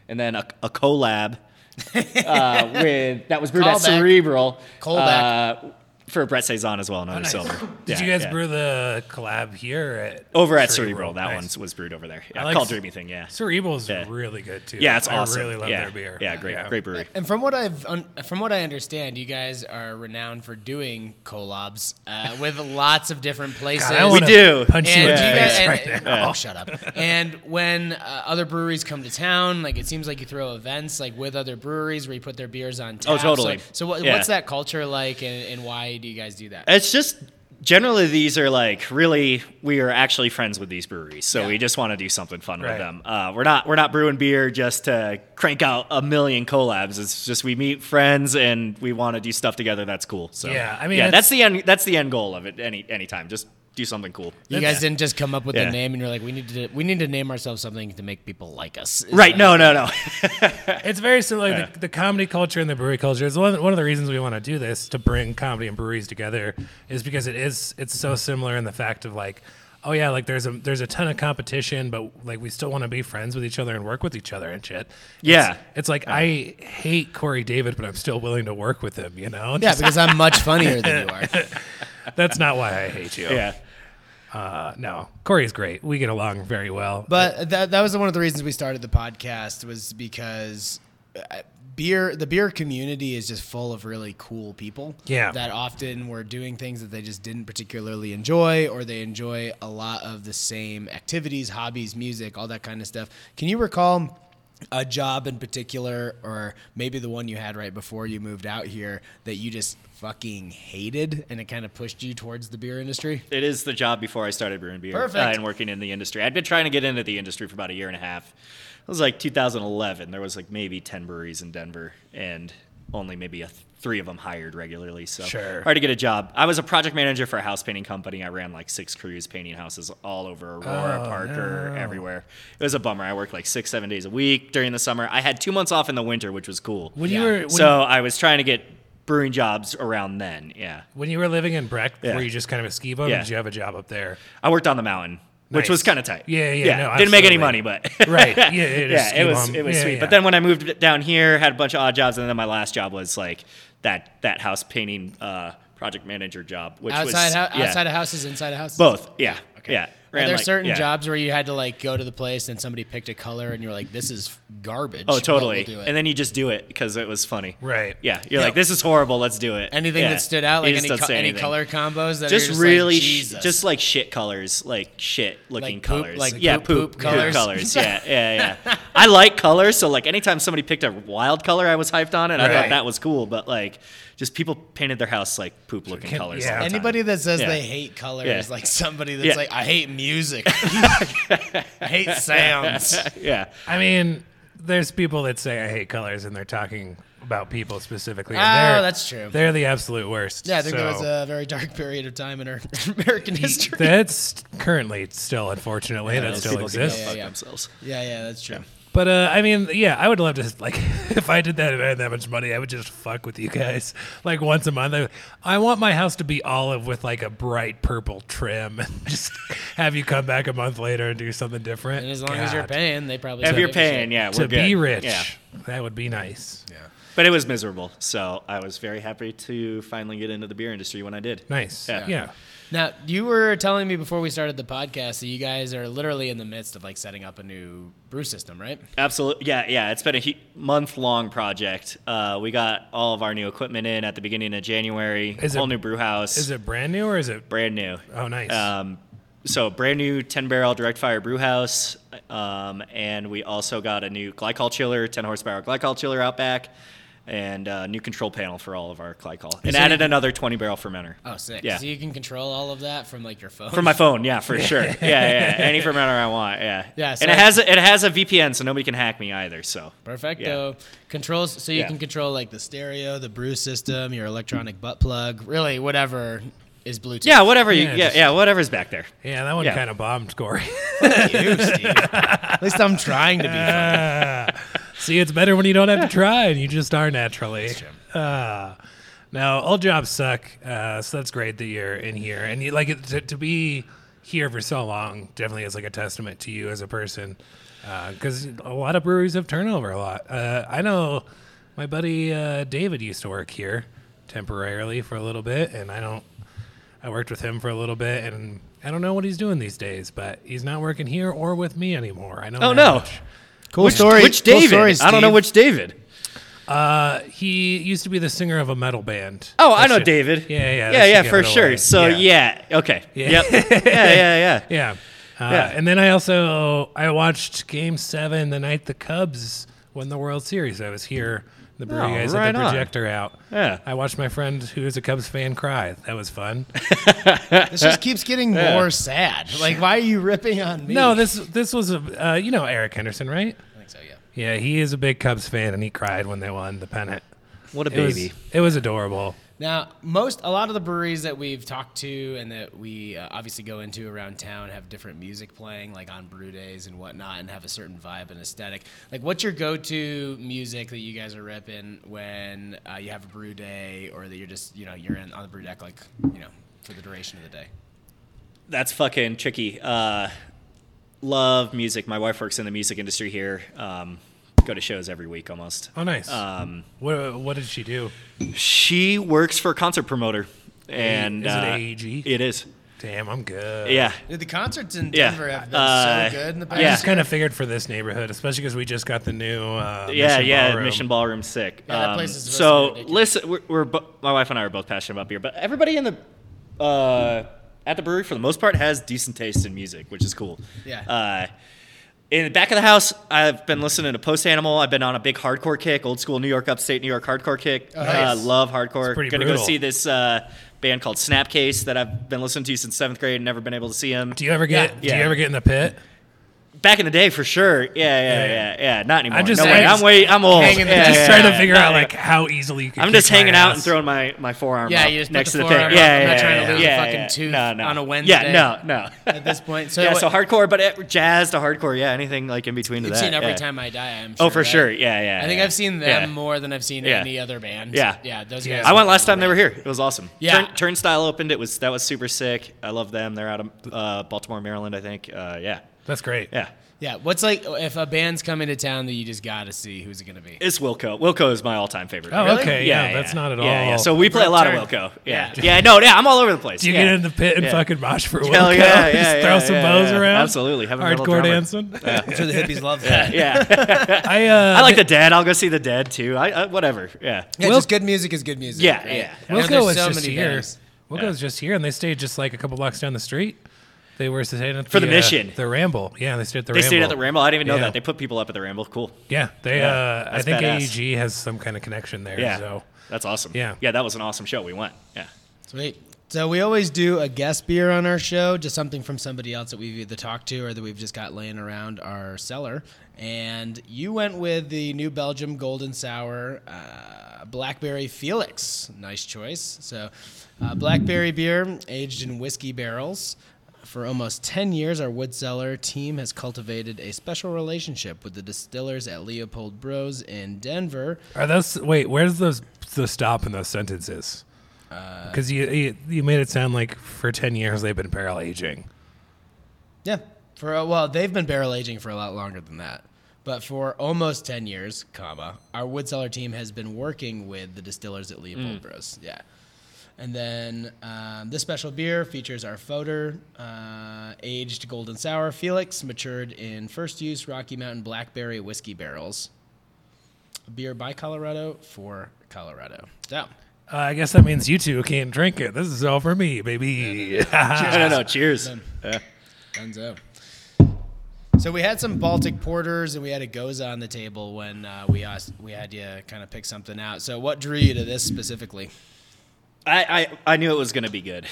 S1: and then a, a collab uh, with that was brewed at
S2: Callback.
S1: Cerebral.
S2: Callback.
S1: Uh, for Brett Saison as well, another silver.
S3: Oh, Did
S1: Yeah,
S3: you guys
S1: yeah.
S3: brew the collab here at
S1: over at Cerebral?
S3: Cerebral?
S1: that
S3: Nice.
S1: one was brewed over there. Yeah,
S3: I like
S1: called
S3: Ce-
S1: Dreamy Thing. Yeah,
S3: Cerebral's
S1: Yeah.
S3: really good too.
S1: yeah, it's
S3: I
S1: awesome.
S3: really love
S1: yeah.
S3: their beer.
S1: Yeah, great, great brewery.
S2: And from what I've un- from what I understand, you guys are renowned for doing collabs uh, with lots of different places.
S3: God, I
S1: We
S3: wanna
S1: do.
S3: punch you
S2: And
S3: in
S2: do
S3: the
S2: you guys,
S3: face
S2: and-
S3: right now.
S2: Oh, shut up. And when uh, other breweries come to town, like it seems like you throw events like with other breweries where you put their beers on tap.
S1: Oh, totally.
S2: So, so what,
S1: Yeah.
S2: what's that culture like, and, and why do you guys do that?
S1: It's just generally these are like really we are actually friends with these breweries, so
S2: Yeah.
S1: we just want to do something fun
S3: Right.
S1: with them. Uh, we're not we're not brewing beer just to crank out a million collabs. It's just we meet friends and we want to do stuff together that's cool. So
S3: Yeah, I mean,
S1: yeah,
S3: that's-
S1: that's the end that's the end goal of it. Any anytime, just do something cool.
S2: You guys didn't just come up with
S1: Yeah.
S2: the name, and you're like, we need to we need to name ourselves something to make people like us. Is that-
S1: Right? No, no, no.
S3: It's very similar. Like the, the comedy culture and the brewery culture is one, one of the reasons we want to do this to bring comedy and breweries together is because it is it's so similar in the fact of like, oh yeah, like there's a there's a ton of competition, but like we still want to be friends with each other and work with each other and shit. It's-
S1: Yeah.
S3: it's like I hate Corey David, but I'm still willing to work with him. You know,
S2: Yeah, because I'm much funnier than you are.
S3: that's not why I hate you.
S1: yeah.
S3: Uh, no, Corey's great. We get along very well.
S2: But that that was one of the reasons we started the podcast was because uh, beer the beer community is just full of really cool people.
S3: Yeah.
S2: That often were doing things that they just didn't particularly enjoy or they enjoy a lot of the same activities, hobbies, music, all that kind of stuff. Can you recall a job in particular or maybe the one you had right before you moved out here that you just fucking hated and it kind of pushed you towards the beer industry?
S1: It is the job before I started brewing beer
S2: Perfect.
S1: uh, and working in the industry. I'd been trying to get into the industry for about a year and a half. It was like 2011. There was like maybe 10 breweries in Denver, and only maybe a th- three of them hired regularly. So
S3: Sure.
S1: hard to get a job. I was a project manager for a house painting company. I ran like six crews painting houses all over Aurora,
S3: Oh,
S1: Parker, everywhere. It was a bummer. I worked like six, seven days a week during the summer. I had two months off in the winter, which was cool.
S3: when
S2: yeah.
S3: you were when
S1: so I was trying to get brewing jobs around then. Yeah.
S3: When you were living in Breck,
S1: Yeah.
S3: were you just kind of a ski bum?
S1: Yeah.
S3: Did you have a job up there?
S1: I worked on the mountain,
S3: Nice.
S1: which was kind of tight.
S3: Yeah, yeah, no,
S1: didn't make any money,
S3: absolutely.
S1: but
S3: Right, yeah, yeah, just
S1: yeah.
S3: ski
S1: It was
S3: bum.
S1: it was
S3: Yeah,
S1: sweet.
S3: yeah.
S1: But then when I moved down here, had a bunch of odd jobs, and then my last job was like that that house painting uh, project manager job, which
S2: Outside
S1: was
S2: hou-
S1: yeah,
S2: outside of houses, inside of houses.
S1: both. Yeah, yeah.
S2: Are
S1: ran
S2: there
S1: like-
S2: certain
S1: yeah.
S2: jobs where you had to like go to the place and somebody picked a color and you're like, this is garbage.
S1: Oh,
S2: but
S1: totally.
S2: we'll do it.
S1: and then you just do it because it was funny.
S3: Right.
S1: Yeah. You're
S2: Yeah.
S1: like, this is horrible. Let's do it.
S2: anything
S1: Yeah.
S2: that stood out,
S1: You
S2: like
S1: just
S2: any,
S1: don't
S2: co-
S1: say
S2: any
S1: anything.
S2: color combos that
S1: Just,
S2: are just
S1: really,
S2: like,
S1: sh-
S2: Jesus.
S1: just like shit colors, like shit looking
S2: Like poop-
S1: colors,
S2: like
S1: yeah,
S2: poop- poop colors?
S1: yeah, yeah, yeah. I like colors, so like anytime somebody picked a wild color, I was hyped on it. I
S3: Right.
S1: thought that was cool, but like, just people painted their house like poop looking
S3: Can-
S1: colors.
S3: yeah.
S1: all the time.
S2: Anybody that says
S1: Yeah.
S2: they hate color
S1: Yeah.
S2: is like somebody that's
S1: Yeah.
S2: like, I hate music. I hate sounds.
S1: yeah,
S3: I mean, there's people that say I hate colors, and they're talking about people specifically. and
S2: Oh,
S3: they're-
S2: that's true.
S3: They're the absolute worst.
S2: Yeah, I think there was
S3: so-
S2: a very dark period of time in our American history.
S3: That's currently still, unfortunately, that
S1: Those
S3: still
S1: people can
S3: exists.
S1: Go
S2: Yeah,
S1: fuck
S2: yeah.
S1: themselves.
S2: yeah, yeah, that's true.
S3: But uh, I mean, yeah, I would love to like if I did that and I had that much money, I would just fuck with you guys like once a month. I, I want my house to be olive with like a bright purple trim, and just have you come back a month later and do something different.
S2: And as long as you're
S3: God,
S2: paying, they probably
S1: If
S2: don't
S1: you're
S2: give a shit.
S1: paying, yeah, we're
S3: to be
S1: good.
S3: rich,
S1: Yeah.
S3: that would be nice.
S1: But it was miserable, so I was very happy to finally get into the beer industry when I did.
S3: Nice, yeah.
S1: Yeah.
S2: Now, you were telling me before we started the podcast that you guys are literally in the midst of like setting up a new brew system, right?
S1: Absolutely. Yeah, yeah. It's been a he- month long project. Uh, we got all of our new equipment in at the beginning of January.
S3: Is it-
S1: whole new brew house.
S3: Is it brand new or is it?
S1: brand new?
S3: Oh, nice.
S1: Um, so brand new 10 barrel direct fire brew house. Um, and we also got a new glycol chiller, 10 horsepower glycol chiller out back. And a new control panel for all of our glycol, and
S2: So
S1: added
S2: you-
S1: another twenty barrel fermenter.
S2: Oh, sick.
S1: Yeah.
S2: So you can control all of that from like your phone.
S1: From my phone, yeah, for sure. Yeah, yeah, yeah. any fermenter I want, yeah.
S2: Yeah, so-
S1: and it has a, it has a VPN, so nobody can hack me either. So
S2: Perfecto. Controls so you
S1: Yeah.
S2: can control like the stereo, the brew system, your electronic butt plug, really whatever is Bluetooth.
S1: Yeah, whatever. You,
S3: Yeah,
S1: yeah,
S3: just-
S1: yeah, whatever's back there.
S3: yeah, that one
S1: Yeah.
S3: kind of bombed, Corey.
S2: You, Steve. At least I'm trying to be funny.
S3: See, it's better when you don't have to try and you just are naturally. Uh, now, all jobs suck, uh, so that's great that you're in here. And you, like it, to, to be here for so long definitely is like a testament to you as a person, because a lot of breweries have turnover a lot. Uh, I know my buddy uh, David used to work here temporarily for a little bit, and I don't. I worked with him for a little bit, and I don't know what he's doing these days, but he's not working here or with me anymore. I know.
S1: Oh,
S3: that
S1: no.
S3: much.
S2: Cool
S1: which, Which David? I don't know which David.
S3: Uh, he used to be the singer of a metal band.
S1: Oh, I
S3: That
S1: know
S3: should-
S1: David.
S3: Yeah, yeah, that
S1: yeah, yeah,
S3: should give
S1: for
S3: it
S1: sure.
S3: away.
S1: So yeah, okay, yep, yeah, yeah, yeah.
S3: yeah, Uh,
S1: Yeah.
S3: And then I also I watched Game Seven the night the Cubs won the World Series. I was here. The brewery
S1: Oh,
S3: guys had
S1: right
S3: the
S1: on.
S3: projector out.
S1: Yeah.
S3: I watched my friend who is a Cubs fan cry. That was fun.
S2: This just keeps getting more sad. Like, why are you ripping on me?
S3: no, this this was a uh, you know Eric Henderson, right?
S2: I think so, yeah.
S3: Yeah, he is a big Cubs fan, and he cried when they won the pennant.
S1: What a
S3: It was,
S1: baby.
S3: it was adorable.
S2: Now, most a lot of the breweries that we've talked to and that we uh, obviously go into around town have different music playing, like on brew days and whatnot, and have a certain vibe and aesthetic. Like, what's your go-to music that you guys are repping when uh, you have a brew day, or that you're just you know you're in on the brew deck, like you know for the duration of the day?
S1: That's fucking tricky. Uh, love music. My wife works in the music industry here. Um, go to shows every week almost.
S3: Oh, nice.
S1: Um,
S3: what what did she do?
S1: she works for a concert promoter, and
S3: Is it E
S1: uh,
S3: AEG?
S1: It is.
S3: Damn, I'm good.
S1: Yeah.
S2: Dude, the concerts in
S1: Yeah.
S2: Denver have been
S1: Uh,
S2: so good in the
S1: I
S2: past.
S3: I
S1: Yeah.
S3: just kind of figured for this neighborhood, especially because we just got the new. Uh,
S1: yeah,
S3: Mission
S1: yeah,
S3: Ballroom.
S1: Mission Ballroom, sick.
S2: Yeah, that
S1: Um,
S2: place is supposed to be
S1: so
S2: ridiculous.
S1: listen, we're, we're bo- my wife and I are both passionate about beer, but everybody in the uh, at the brewery for the most part has decent taste in music, which is cool.
S2: Yeah.
S1: Uh, in the back of the house, I've been listening to Post Animal. I've been on a big hardcore kick, old school New York, upstate New York hardcore kick.
S2: Oh, nice.
S1: Uh, love hardcore.
S3: It's pretty
S1: Gonna
S3: brutal.
S1: go see this uh, band called Snapcase that I've been listening to since seventh grade and never been able to see them.
S3: Do you ever get?
S1: Yeah.
S3: Do you
S1: Yeah.
S3: ever get in the pit?
S1: Back in the day, for sure. Yeah, yeah,
S3: Yeah,
S1: yeah,
S3: yeah.
S1: yeah. Not anymore.
S3: just-
S1: no
S3: I
S1: way.
S3: just-
S1: I'm way. I'm old.
S2: Hanging-
S1: Yeah,
S3: just
S1: yeah,
S3: trying to
S1: yeah,
S3: figure
S1: yeah,
S3: out
S1: yeah.
S3: like how easily you can.
S1: I'm just
S3: kick my
S1: hanging out and
S3: ass.
S1: throwing my, my forearm
S2: Yeah,
S1: up
S2: you just put
S1: next
S2: the
S1: to the pit.
S2: forearm
S1: Yeah,
S2: up.
S1: yeah,
S2: I'm not
S1: yeah,
S2: trying to
S1: yeah,
S2: lose a
S1: yeah,
S2: fucking
S1: yeah.
S2: tooth
S1: no, no.
S2: on a Wednesday.
S1: Yeah, no, no.
S2: At this point, so
S1: yeah,
S2: what-
S1: so hardcore, but it, jazz to hardcore. Yeah, anything like in between to
S2: You've
S1: that.
S2: seen every
S1: yeah.
S2: time I die. I'm sure,
S1: Oh, for
S2: right?
S1: sure. Yeah, yeah.
S2: I think
S1: yeah.
S2: I've seen them
S1: Yeah.
S2: more than I've seen
S1: Yeah.
S2: any other band.
S1: Yeah.
S2: yeah, those
S3: Yeah.
S2: guys.
S1: I
S2: are
S1: went last time they were here. It was awesome.
S2: Yeah.
S1: Turn, turnstile opened. It was that was super sick. I love them. They're out of uh, Baltimore, Maryland, I think. Uh, yeah,
S3: That's great.
S1: yeah.
S2: Yeah, what's like if a band's coming to town that you just got to see who's it going to be?
S1: It's Wilco. Wilco is my all-time favorite.
S3: Oh,
S1: band.
S3: okay. Yeah, that's not at
S1: Yeah, yeah.
S3: all-
S1: So we play a lot of
S2: Real
S1: Wilco. Yeah. yeah, No, yeah. I'm all over the place.
S3: Do you
S1: yeah.
S3: get in the pit and
S1: Yeah.
S3: fucking mosh for a
S1: Hell
S3: Wilco?
S1: yeah, yeah,
S3: Just
S1: yeah,
S3: throw some
S1: yeah,
S3: bows
S1: yeah.
S3: around.
S1: Absolutely, have a
S3: Hardcore
S1: metal drummer.
S3: dancing.
S4: I'm sure the hippies love that.
S1: yeah.
S3: I uh,
S1: I like the Dead. I'll go see the Dead too. I, I whatever. Yeah.
S4: Yeah,
S3: Well-
S4: just good music is good music.
S1: Yeah,
S4: right?
S1: yeah.
S2: I know
S3: Wilco
S2: there's
S3: was
S2: so
S3: just
S2: many
S3: here.
S2: bands.
S3: Wilco's just here, and they stayed just like a couple blocks down the street. They were staying at
S1: For the
S3: uh,
S1: Mission.
S3: the Ramble. Yeah, they stayed at the
S1: They
S3: Ramble.
S1: stayed at the Ramble. I didn't even know
S3: Yeah.
S1: that. They put people up at the Ramble. Cool.
S3: Yeah, they.
S1: Yeah,
S3: uh, I
S1: that's
S3: think
S1: badass.
S3: AEG has some kind of connection there.
S1: Yeah.
S3: So
S1: That's awesome.
S3: Yeah.
S1: Yeah, that was an awesome show. We went. Yeah.
S2: Sweet. So we always do a guest beer on our show, just something from somebody else that we've either talked to or that we've just got laying around our cellar. And you went with the New Belgium Golden Sour uh, Blackberry Felix. Nice choice. So, uh, blackberry beer aged in whiskey barrels. For almost 10 years, our wood cellar team has cultivated a special relationship with the distillers at Leopold Bros in Denver.
S3: are those? Wait, where's those the stop in those sentences?
S1: Uh,
S3: Because you, you you made it sound like for ten years they've been barrel aging.
S2: Yeah. For uh, well, they've been barrel aging for a lot longer than that. But for almost 10 years, comma, our wood cellar team has been working with the distillers at Leopold Bros. Yeah. And then um, this special beer features our Fodor, uh, aged golden sour Felix, matured in first use Rocky Mountain blackberry whiskey barrels. Beer by Colorado for Colorado. So,
S3: Uh, I guess that means you two can't drink it. This is all for me, baby.
S1: No, no, no. Cheers. Uh, Yeah.
S2: Dunzo. So we had some Baltic porters and we had a goza on the table when uh, we asked, we had you kind of pick something out. So what drew you to this specifically?
S1: I, I, I knew it was going to be good.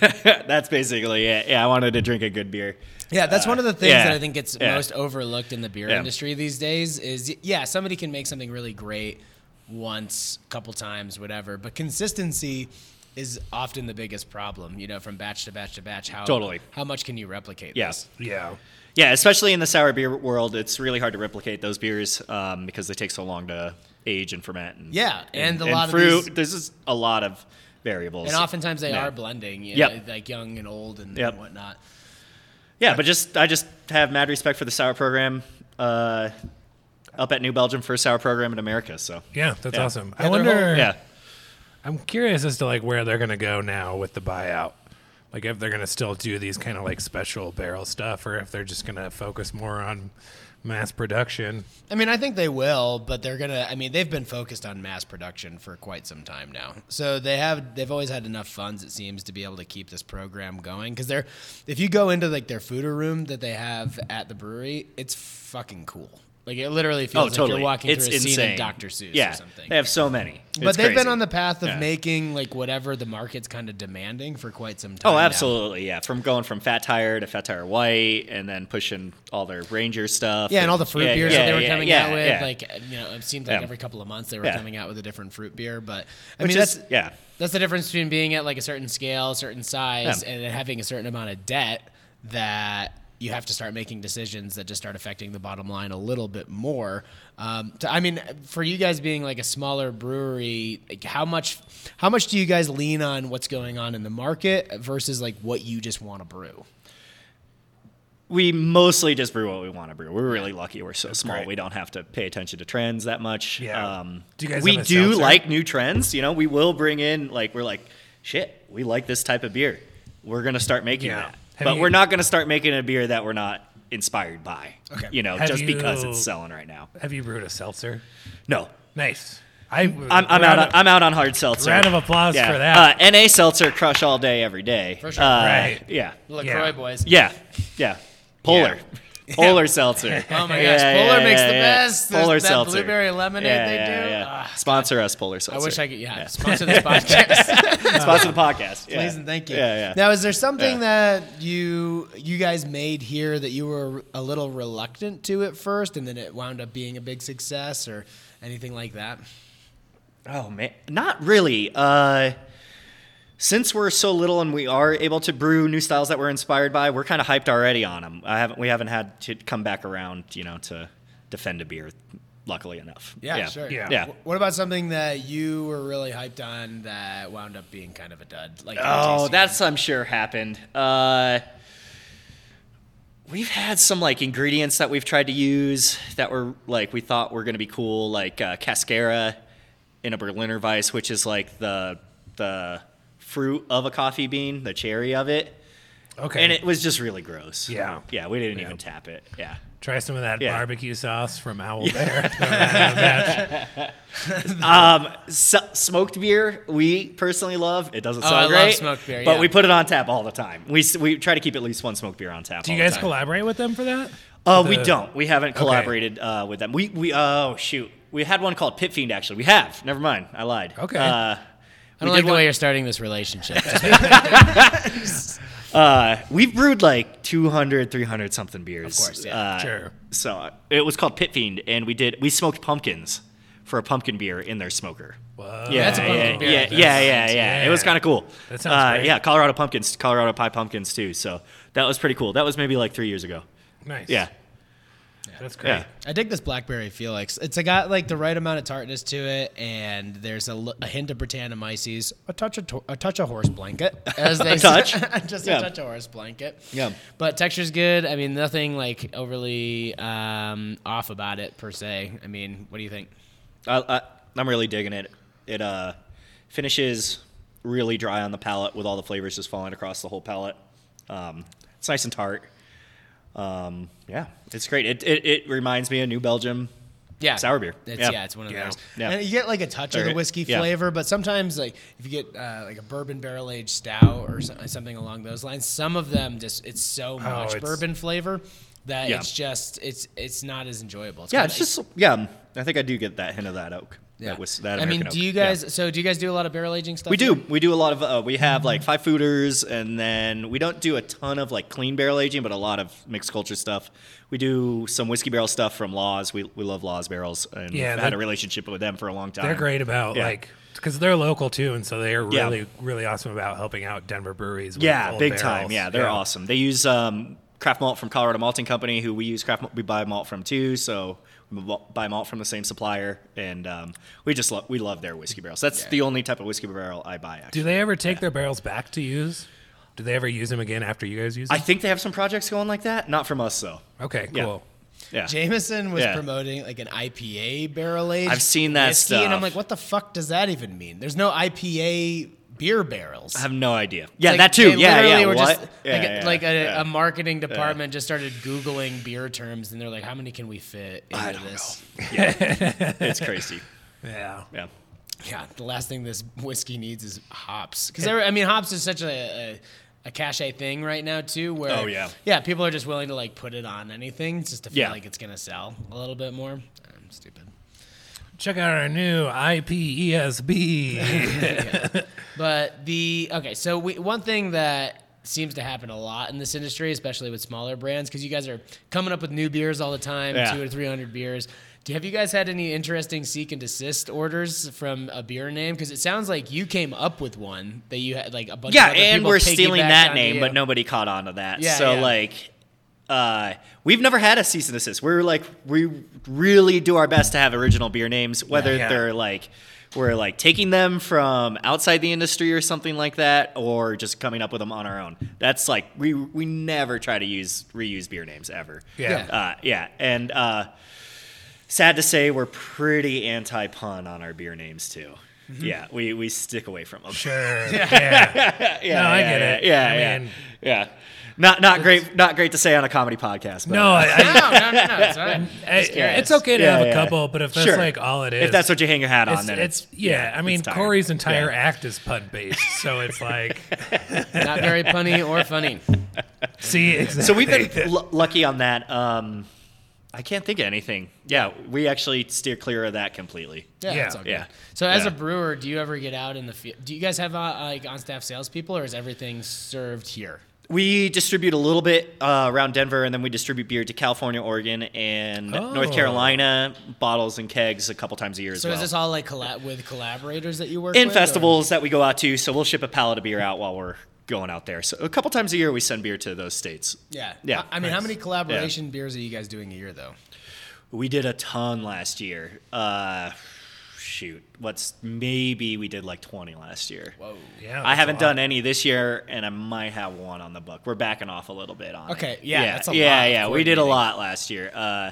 S1: That's basically it. Yeah, I wanted to drink a good beer.
S2: Yeah, that's one of the things
S1: yeah,
S2: that I think gets
S1: yeah.
S2: most overlooked in the beer
S1: Yeah.
S2: industry these days is yeah, somebody can make something really great once, couple times, whatever, but consistency is often the biggest problem, you know, from batch to batch to batch. How
S1: Totally.
S2: how much can you replicate
S1: Yeah.
S2: this?
S3: yeah.
S1: Yeah, especially in the sour beer world, it's really hard to replicate those beers um, because they take so long to age and ferment. And,
S2: Yeah, and a lot of
S1: fruit.
S2: these-
S1: There's just a lot of variables.
S2: And oftentimes they
S1: Yeah.
S2: are blending, you know,
S1: Yep.
S2: like young and old and,
S1: Yep.
S2: and whatnot.
S1: Yeah, but just I just have mad respect for the sour program uh, up at New Belgium first sour program in America. So
S3: Yeah, that's
S1: Yeah.
S3: awesome.
S2: Yeah,
S3: I
S2: they're
S3: wonder.
S2: whole-
S1: yeah,
S3: I'm curious as to like where they're gonna go now with the buyout. Like if they're gonna still do these kind of like special barrel stuff, or if they're just gonna focus more on mass production.
S2: I mean, I think they will, but they're gonna. I mean, they've been focused on mass production for quite some time now, so they have. They've always had enough funds, it seems, to be able to keep this program going. Because they're, if you go into like their fooder room that they have at the brewery, it's fucking cool. Like it literally feels
S1: oh
S2: like
S1: totally.
S2: you're walking
S1: it's
S2: through a
S1: insane.
S2: scene of Dr. Seuss
S1: yeah,
S2: or something.
S1: They have so many,
S2: but
S1: It's
S2: they've been
S1: crazy.
S2: on the path of
S1: Yeah.
S2: making like whatever the market's kind of demanding for quite some time.
S1: Oh,
S2: now.
S1: absolutely, yeah. From going from Fat Tire to Fat Tire White, and then pushing all their Ranger stuff.
S2: Yeah, and all the fruit
S1: yeah,
S2: beers
S1: yeah,
S2: that they were
S1: yeah,
S2: coming
S1: yeah,
S2: out with,
S1: yeah.
S2: like you know, it seemed like
S1: Yeah.
S2: every couple of months they were
S1: Yeah.
S2: coming out with a different fruit beer. But I
S1: Which
S2: mean,
S1: is-
S2: that's
S1: yeah.
S2: that's the difference between being at like a certain scale, a certain size,
S1: Yeah.
S2: and then having a certain amount of debt that you have to start making decisions that just start affecting the bottom line a little bit more. Um, to, I mean, for you guys being like a smaller brewery, like how much how much do you guys lean on what's going on in the market versus like what you just want to brew?
S1: we mostly just brew what we want to brew. We're really lucky. We're so small. We don't have to pay attention to trends that much.
S3: Yeah.
S1: Um,
S3: Do you guys
S1: we
S3: have a
S1: do
S3: seltzer?
S1: like new trends. You know, we will bring in like we're like, shit, we like this type of beer. We're gonna start making
S3: Yeah.
S1: that,
S3: Have
S1: but
S3: you-
S1: we're not gonna start making a beer that we're not inspired by. Okay. You know,
S3: Have
S1: just because
S3: you-
S1: it's selling right now.
S3: Have you brewed a seltzer?
S1: No.
S3: Nice. I, am
S1: I'm, I'm out. On, I'm out on hard seltzer.
S3: round of applause
S1: Yeah.
S3: for that.
S1: Uh, NA seltzer crush all day, every day.
S2: For sure.
S1: Uh,
S3: Right.
S1: Yeah.
S2: LaCroix
S3: Yeah.
S2: boys.
S1: Yeah, yeah. Polar. Polar seltzer.
S2: Oh my gosh, Polar makes the best. There's
S1: Polar
S2: that
S1: seltzer.
S2: blueberry lemonade they do. Ah.
S1: Sponsor us, Polar seltzer.
S2: I wish I could yeah, sponsor this podcast.
S1: sponsor the podcast. Yeah.
S2: Please and thank you.
S1: Yeah, yeah.
S2: Now, is there something that you you guys made here that you were a little reluctant to at first, and then it wound up being a big success, or anything like that?
S1: Oh man, not really. Uh, since we're so little and we are able to brew new styles that we're inspired by, we're kind of hyped already on them. I haven't. We haven't had to come back around, you know, to defend a beer. Luckily enough.
S3: Yeah.
S1: Yeah.
S2: Wh- What about something that you were really hyped on that wound up being kind of a dud? Like
S1: Oh,
S2: tasty?
S1: that's I'm sure happened. Uh, we've had some like ingredients that we've tried to use that were like we thought were going to be cool, like uh, cascara in a Berliner Weiss, which is like the the fruit of a coffee bean, the cherry of it.
S3: Okay.
S1: And it was just really gross.
S3: Yeah.
S1: Yeah, we didn't even tap it. Yeah.
S3: Try some of that
S1: Yeah.
S3: barbecue sauce from Owl Bear. Throw that in a batch.
S1: Um, s smoked beer, we personally love. It doesn't
S2: Oh,
S1: sound
S2: I love
S1: great.
S2: smoked beer,
S1: But
S2: yeah.
S1: we put it on tap all the time. We, s- we try to keep at least one smoked beer on tap.
S3: Do you
S1: all the
S3: guys
S1: time.
S3: collaborate with them for that?
S1: Uh,
S3: The-
S1: we don't. We haven't collaborated uh, with them. We we oh shoot. We had one called Pit Fiend actually. We have. Never mind. I lied.
S3: Okay.
S1: Uh,
S2: I don't
S1: We did
S2: like the
S1: one-
S2: way you're starting this relationship.
S1: uh, we've brewed like 200, 300 something beers. Of
S2: course, yeah.
S1: Uh,
S3: Sure.
S1: So uh, it was called Pit Fiend, and we did we smoked pumpkins for a pumpkin beer in their smoker.
S3: Whoa.
S1: Yeah,
S2: That's a pumpkin
S1: yeah,
S2: beer.
S1: Yeah,
S2: That
S1: yeah, yeah,
S3: sounds-
S1: yeah.
S3: yeah.
S1: It was kind of cool.
S3: That sounds
S1: uh,
S3: great.
S1: Yeah, Colorado pumpkins, Colorado pie pumpkins too. So that was pretty cool. That was maybe like three years ago.
S3: Nice.
S1: Yeah,
S3: That's great.
S1: yeah.
S2: I dig this blackberry Felix. It's got like the right amount of tartness to it, and there's a, li- a hint of Britannomyces, a touch of to- a touch of horse blanket, as they
S1: touch?
S2: say. just
S1: Yeah.
S2: a touch of horse blanket.
S1: Yeah.
S2: but texture's good. I mean, nothing like overly um, off about it per se. I mean, what do you think?
S1: I, I, I'm really digging it. It uh, finishes really dry on the palate with all the flavors just falling across the whole palate. Um, it's nice and tart. Um, yeah, it's great. It, it, it reminds me of New Belgium.
S2: Yeah,
S1: Sour beer.
S2: It's,
S1: Yeah.
S2: yeah. it's one of
S3: Yeah.
S2: those.
S1: Yeah.
S2: And you get like a touch of
S1: Or-
S2: the whiskey
S1: yeah.
S2: flavor, but sometimes like if you get uh, like a bourbon barrel aged stout or so- something along those lines, some of them just it's so much
S3: it's-
S2: bourbon flavor that
S1: Oh, Yeah.
S2: it's just it's it's not as enjoyable. It's
S1: Yeah,
S2: kinda-
S1: it's just yeah. I think I do get that hint of that oak. That was that.
S2: I mean,
S1: American
S2: do
S1: oak.
S2: you
S1: Yeah.
S2: guys? So do you guys do a lot of barrel aging stuff?
S1: We do.
S2: here?
S1: We do a lot of. Uh, we have like five fooders, and then we don't do a ton of like clean barrel aging, but a lot of mixed culture stuff. We do some whiskey barrel stuff from Laws. We, we love Laws barrels, and
S3: Yeah,
S1: we've had
S3: that-
S1: a relationship with them for a long time.
S3: They're great about
S1: Yeah.
S3: like because they're local too, and so they are
S1: Yeah.
S3: really really awesome about helping out Denver breweries. With
S1: Yeah,
S3: old
S1: big
S3: barrels.
S1: time. Yeah, they're awesome. They use um, craft malt from Colorado Malting Company, who we use craft. malt- We buy malt from too, so we bu- buy malt from the same supplier, and um, we just love we love their whiskey barrels. That's the only type of whiskey barrel I buy. Actually.
S3: Do they ever take their barrels back to use? Do they ever use them again after you guys use
S1: I
S3: them?
S1: think they have some projects going like that. Not from us though.
S3: okay,
S1: Yeah.
S3: cool.
S1: Yeah.
S2: Jameson was
S1: Yeah.
S2: promoting like an IPA barrel aged.
S1: I've seen that
S2: whiskey, and
S1: stuff.
S2: I'm like, what the fuck does that even mean? There's no IPA beer barrels.
S1: I have no idea. Yeah,
S2: Like,
S1: that too.
S2: they
S1: Yeah,
S2: literally
S1: yeah.
S2: were
S1: what?
S2: just-
S1: yeah,
S2: like,
S1: yeah,
S2: like a, um,
S1: yeah.
S2: a marketing department just started googling beer terms, and they're like, "How many can we fit into
S1: I don't
S2: this?"
S1: it's crazy.
S3: Yeah.
S1: Yeah.
S2: Yeah, the last thing this whiskey needs is hops, because I mean, hops is such a, a a cachet thing right now too, where
S1: Oh, yeah.
S2: yeah, people are just willing to like put it on anything just to feel
S1: Yeah.
S2: like it's gonna sell a little bit more. I'm stupid.
S3: Check out our new E IPESB.
S2: But the okay, so we, one thing that seems to happen a lot in this industry, especially with smaller brands, because you guys are coming up with new beers all the time,
S1: Yeah.
S2: two or three hundred beers. Do have you guys had any interesting seek and desist orders from a beer name? Because it sounds like you came up with one that you had like a bunch.
S1: Yeah,
S2: of other
S1: and
S2: people
S1: we're stealing
S2: piggybacked
S1: that
S2: onto
S1: name,
S2: you.
S1: but nobody caught on to that.
S2: Yeah,
S1: so
S2: yeah.
S1: like uh, we've never had a cease and desist. We're like we really do our best to have original beer names, whether
S3: Yeah.
S1: they're like we're like taking them from outside the industry or something like that, or just coming up with them on our own. That's like we we never try to use reuse beer names ever.
S3: Yeah.
S1: uh, yeah, and uh, sad to say, we're pretty anti pun on our beer names too.
S2: Mm-hmm.
S1: Yeah, we we stick away from them.
S3: sure. Yeah.
S1: Yeah,
S3: No, I
S1: yeah,
S3: get
S1: yeah,
S3: it.
S1: Yeah,
S3: I
S1: yeah,
S3: mean-
S1: yeah. Not not great. Not great to say on a comedy podcast. But uh,
S3: No, I, I,
S2: no, no, no, no, it's all right.
S3: I- it's okay to
S1: Yeah,
S3: have a
S1: yeah.
S3: couple, but if that's
S1: Sure.
S3: like all it is,
S1: if that's what you hang your hat on,
S3: it's,
S1: then
S3: it's, yeah. I mean,
S1: it's tired.
S3: Corey's entire
S1: Yeah.
S3: act is pun based, so it's like,
S2: Not very punny or funny.
S3: see, exactly.
S1: So we've been l- lucky on that. Um, I can't think of anything. Yeah, we actually steer clear of that completely.
S2: Yeah,
S3: Yeah.
S2: that's all good.
S1: Yeah.
S2: So as
S1: Yeah.
S2: a brewer, do you ever get out in the field? Do you guys have uh, like on staff salespeople, or is everything served here?
S1: We distribute a little bit uh, around Denver, and then we distribute beer to California, Oregon, and North
S3: Oh.
S1: Carolina bottles and kegs a couple times a year as
S2: So
S1: well.
S2: is this all like colla- with collaborators that you work
S1: in
S2: with? or-
S1: festivals that we go out to. So we'll ship a pallet of beer out while we're going out there. So a couple times a year we send beer to those states.
S2: Yeah.
S1: Yeah.
S2: I, I mean, how many collaboration beers are you guys doing a year though?
S1: We did a ton last year. Uh, shoot, what's maybe we did like 20 last year. Whoa.
S3: Yeah,
S1: I
S3: that's
S1: haven't
S3: a
S1: done any this year, and I might have one on the book. We're backing off a little bit on.
S2: Okay,
S1: it.
S2: yeah, that's a
S1: yeah,
S2: lot of
S1: yeah. We did a lot last year, uh,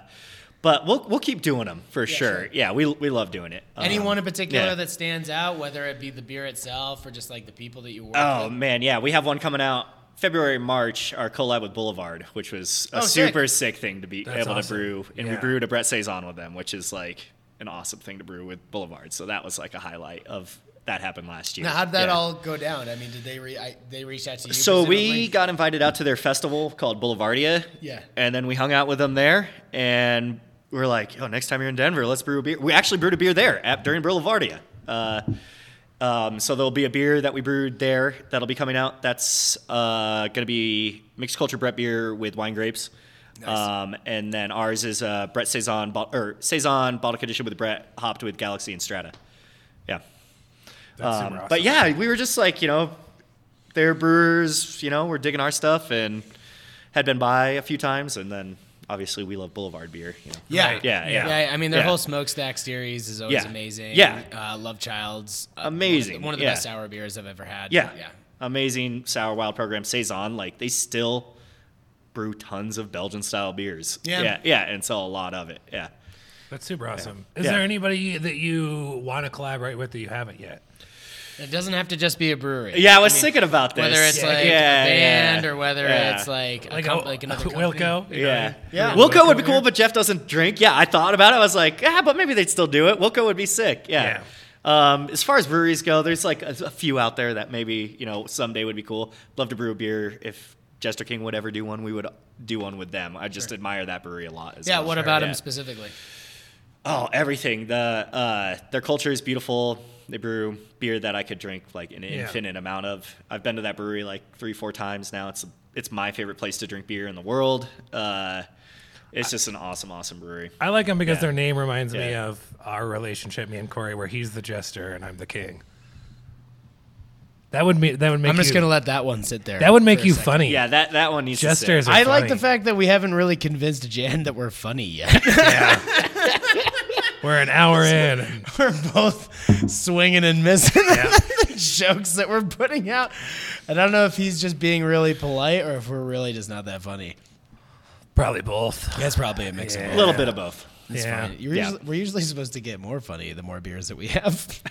S1: but we'll we'll keep doing them for sure. Yeah, we we love doing it. Um,
S2: Any one in particular
S1: yeah.
S2: that stands out, whether it be the beer itself or just like the people that you work
S1: Oh
S2: with?
S1: man, yeah, we have one coming out February, March. Our collab with Boulevard, which was a
S2: Oh, sick.
S1: super sick thing to be
S3: That's
S1: able
S3: awesome.
S1: to brew, and we
S3: Yeah.
S1: brewed a Brett saison with them, which is like an awesome thing to brew with Boulevard. So that was like a highlight of that happened last year.
S2: Now, how did that
S1: Yeah.
S2: all go down? I mean, did they re- I, they reach out to you?
S1: So we
S2: presumably?
S1: got invited out to their festival called Boulevardia.
S2: Yeah.
S1: And then we hung out with them there, and we were like, "Oh, next time you're in Denver, let's brew a beer." We actually brewed a beer there at during Boulevardia. Uh, um, so there'll be a beer that we brewed there that'll be coming out. That's uh, going to be mixed culture Brett beer with wine grapes. Um, and then ours is uh, Brett saison bo- or saison bottle conditioned with Brett hopped with Galaxy and Strata. Yeah.
S3: That's
S1: Um,
S3: super awesome.
S1: But yeah, we were just like, you know, they're brewers, you know, we're digging our stuff and had been by a few times. And then obviously we love Boulevard beer. You know.
S2: Yeah.
S3: Right.
S1: Yeah, yeah.
S2: I mean, their
S1: Yeah.
S2: whole smokestack series is always
S1: Yeah.
S2: amazing.
S1: Yeah.
S2: Uh, Love Child's uh,
S1: Amazing.
S2: One of the, one of the
S1: Yeah.
S2: best sour beers I've ever had.
S1: Yeah.
S2: Yeah.
S1: Amazing Sour Wild program. Saison, like they still brew tons of Belgian style beers.
S2: Yeah.
S1: Yeah. Yeah. And sell a lot of it. Yeah.
S3: That's super awesome. Is
S1: Yeah.
S3: there anybody that you want to collaborate with that you haven't yet?
S2: It doesn't have to just be a brewery.
S1: Yeah. I was
S2: mean,
S1: thinking about this.
S2: Whether it's
S1: Yeah,
S2: like
S1: yeah,
S2: a band
S1: yeah.
S2: or whether
S1: Yeah.
S2: it's like a
S3: Like,
S2: com-
S3: a,
S2: like another company.
S3: Wilco? you know?
S1: Yeah.
S2: Yeah.
S1: Wilco would be cool, but Jeff doesn't drink. Yeah, I thought about it. I was like, ah, but maybe they'd still do it. Wilco would be sick. Yeah. Um, as far as breweries go, there's like a, a few out there that maybe, you know, someday would be cool. Love to brew a beer. If Jester King would ever do one, we would do one with them. I just admire that brewery a lot. As
S2: Yeah.
S1: well.
S2: What about
S1: Yeah.
S2: them specifically?
S1: Oh, everything. The uh, their culture is beautiful. They brew beer that I could drink like an infinite amount of. I've been to that brewery like three, four times now. It's it's my favorite place to drink beer in the world. Uh, it's just an awesome, awesome brewery.
S3: I like them because their name reminds me
S1: Yeah.
S3: of our relationship, me and Corey, where he's the jester and I'm the king. That would be that would make
S2: I'm just
S3: you-
S2: gonna let that one sit there.
S3: that would
S2: for
S3: make
S2: a
S3: you
S2: second.
S3: funny.
S1: Yeah, that that one needs
S3: Jesters.
S1: to
S3: Are
S2: I like the
S3: funny.
S2: fact that we haven't really convinced Jan that we're funny yet.
S3: We're an hour in.
S2: we're both swinging and missing the jokes that we're putting out. I don't know if he's just being really polite or if we're really just not that funny.
S3: Probably both.
S2: That's probably a mix of
S1: sit. A little bit of both.
S3: yeah.
S2: You're
S1: Yeah.
S2: usually, we're usually supposed to get more funny the more beers that we have.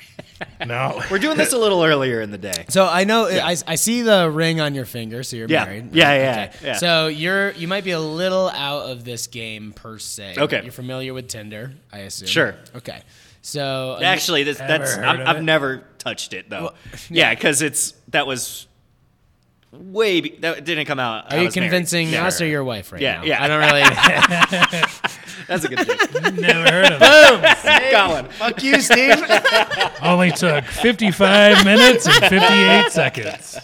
S3: No.
S1: We're doing this a little earlier in the day.
S2: So I know I, I see the ring on your finger, so you're
S1: Yeah.
S2: married. right?
S1: Yeah, yeah,
S2: Okay.
S1: yeah.
S2: So you're you might be a little out of this game per se.
S1: Okay.
S2: You're familiar with Tinder, I assume.
S1: Sure.
S2: Okay. So
S1: Actually, this, that's
S3: heard
S1: I'm,
S3: of it?
S1: I've never touched it though. yeah, because it's that was way be, that didn't come out.
S2: are you convincing us or your wife right
S1: Yeah,
S2: now?
S1: yeah.
S2: I don't really.
S1: That's a good thing.
S3: Never heard of it.
S1: Got one.
S2: Fuck you, Steve.
S3: Only took 55 minutes and 58 seconds.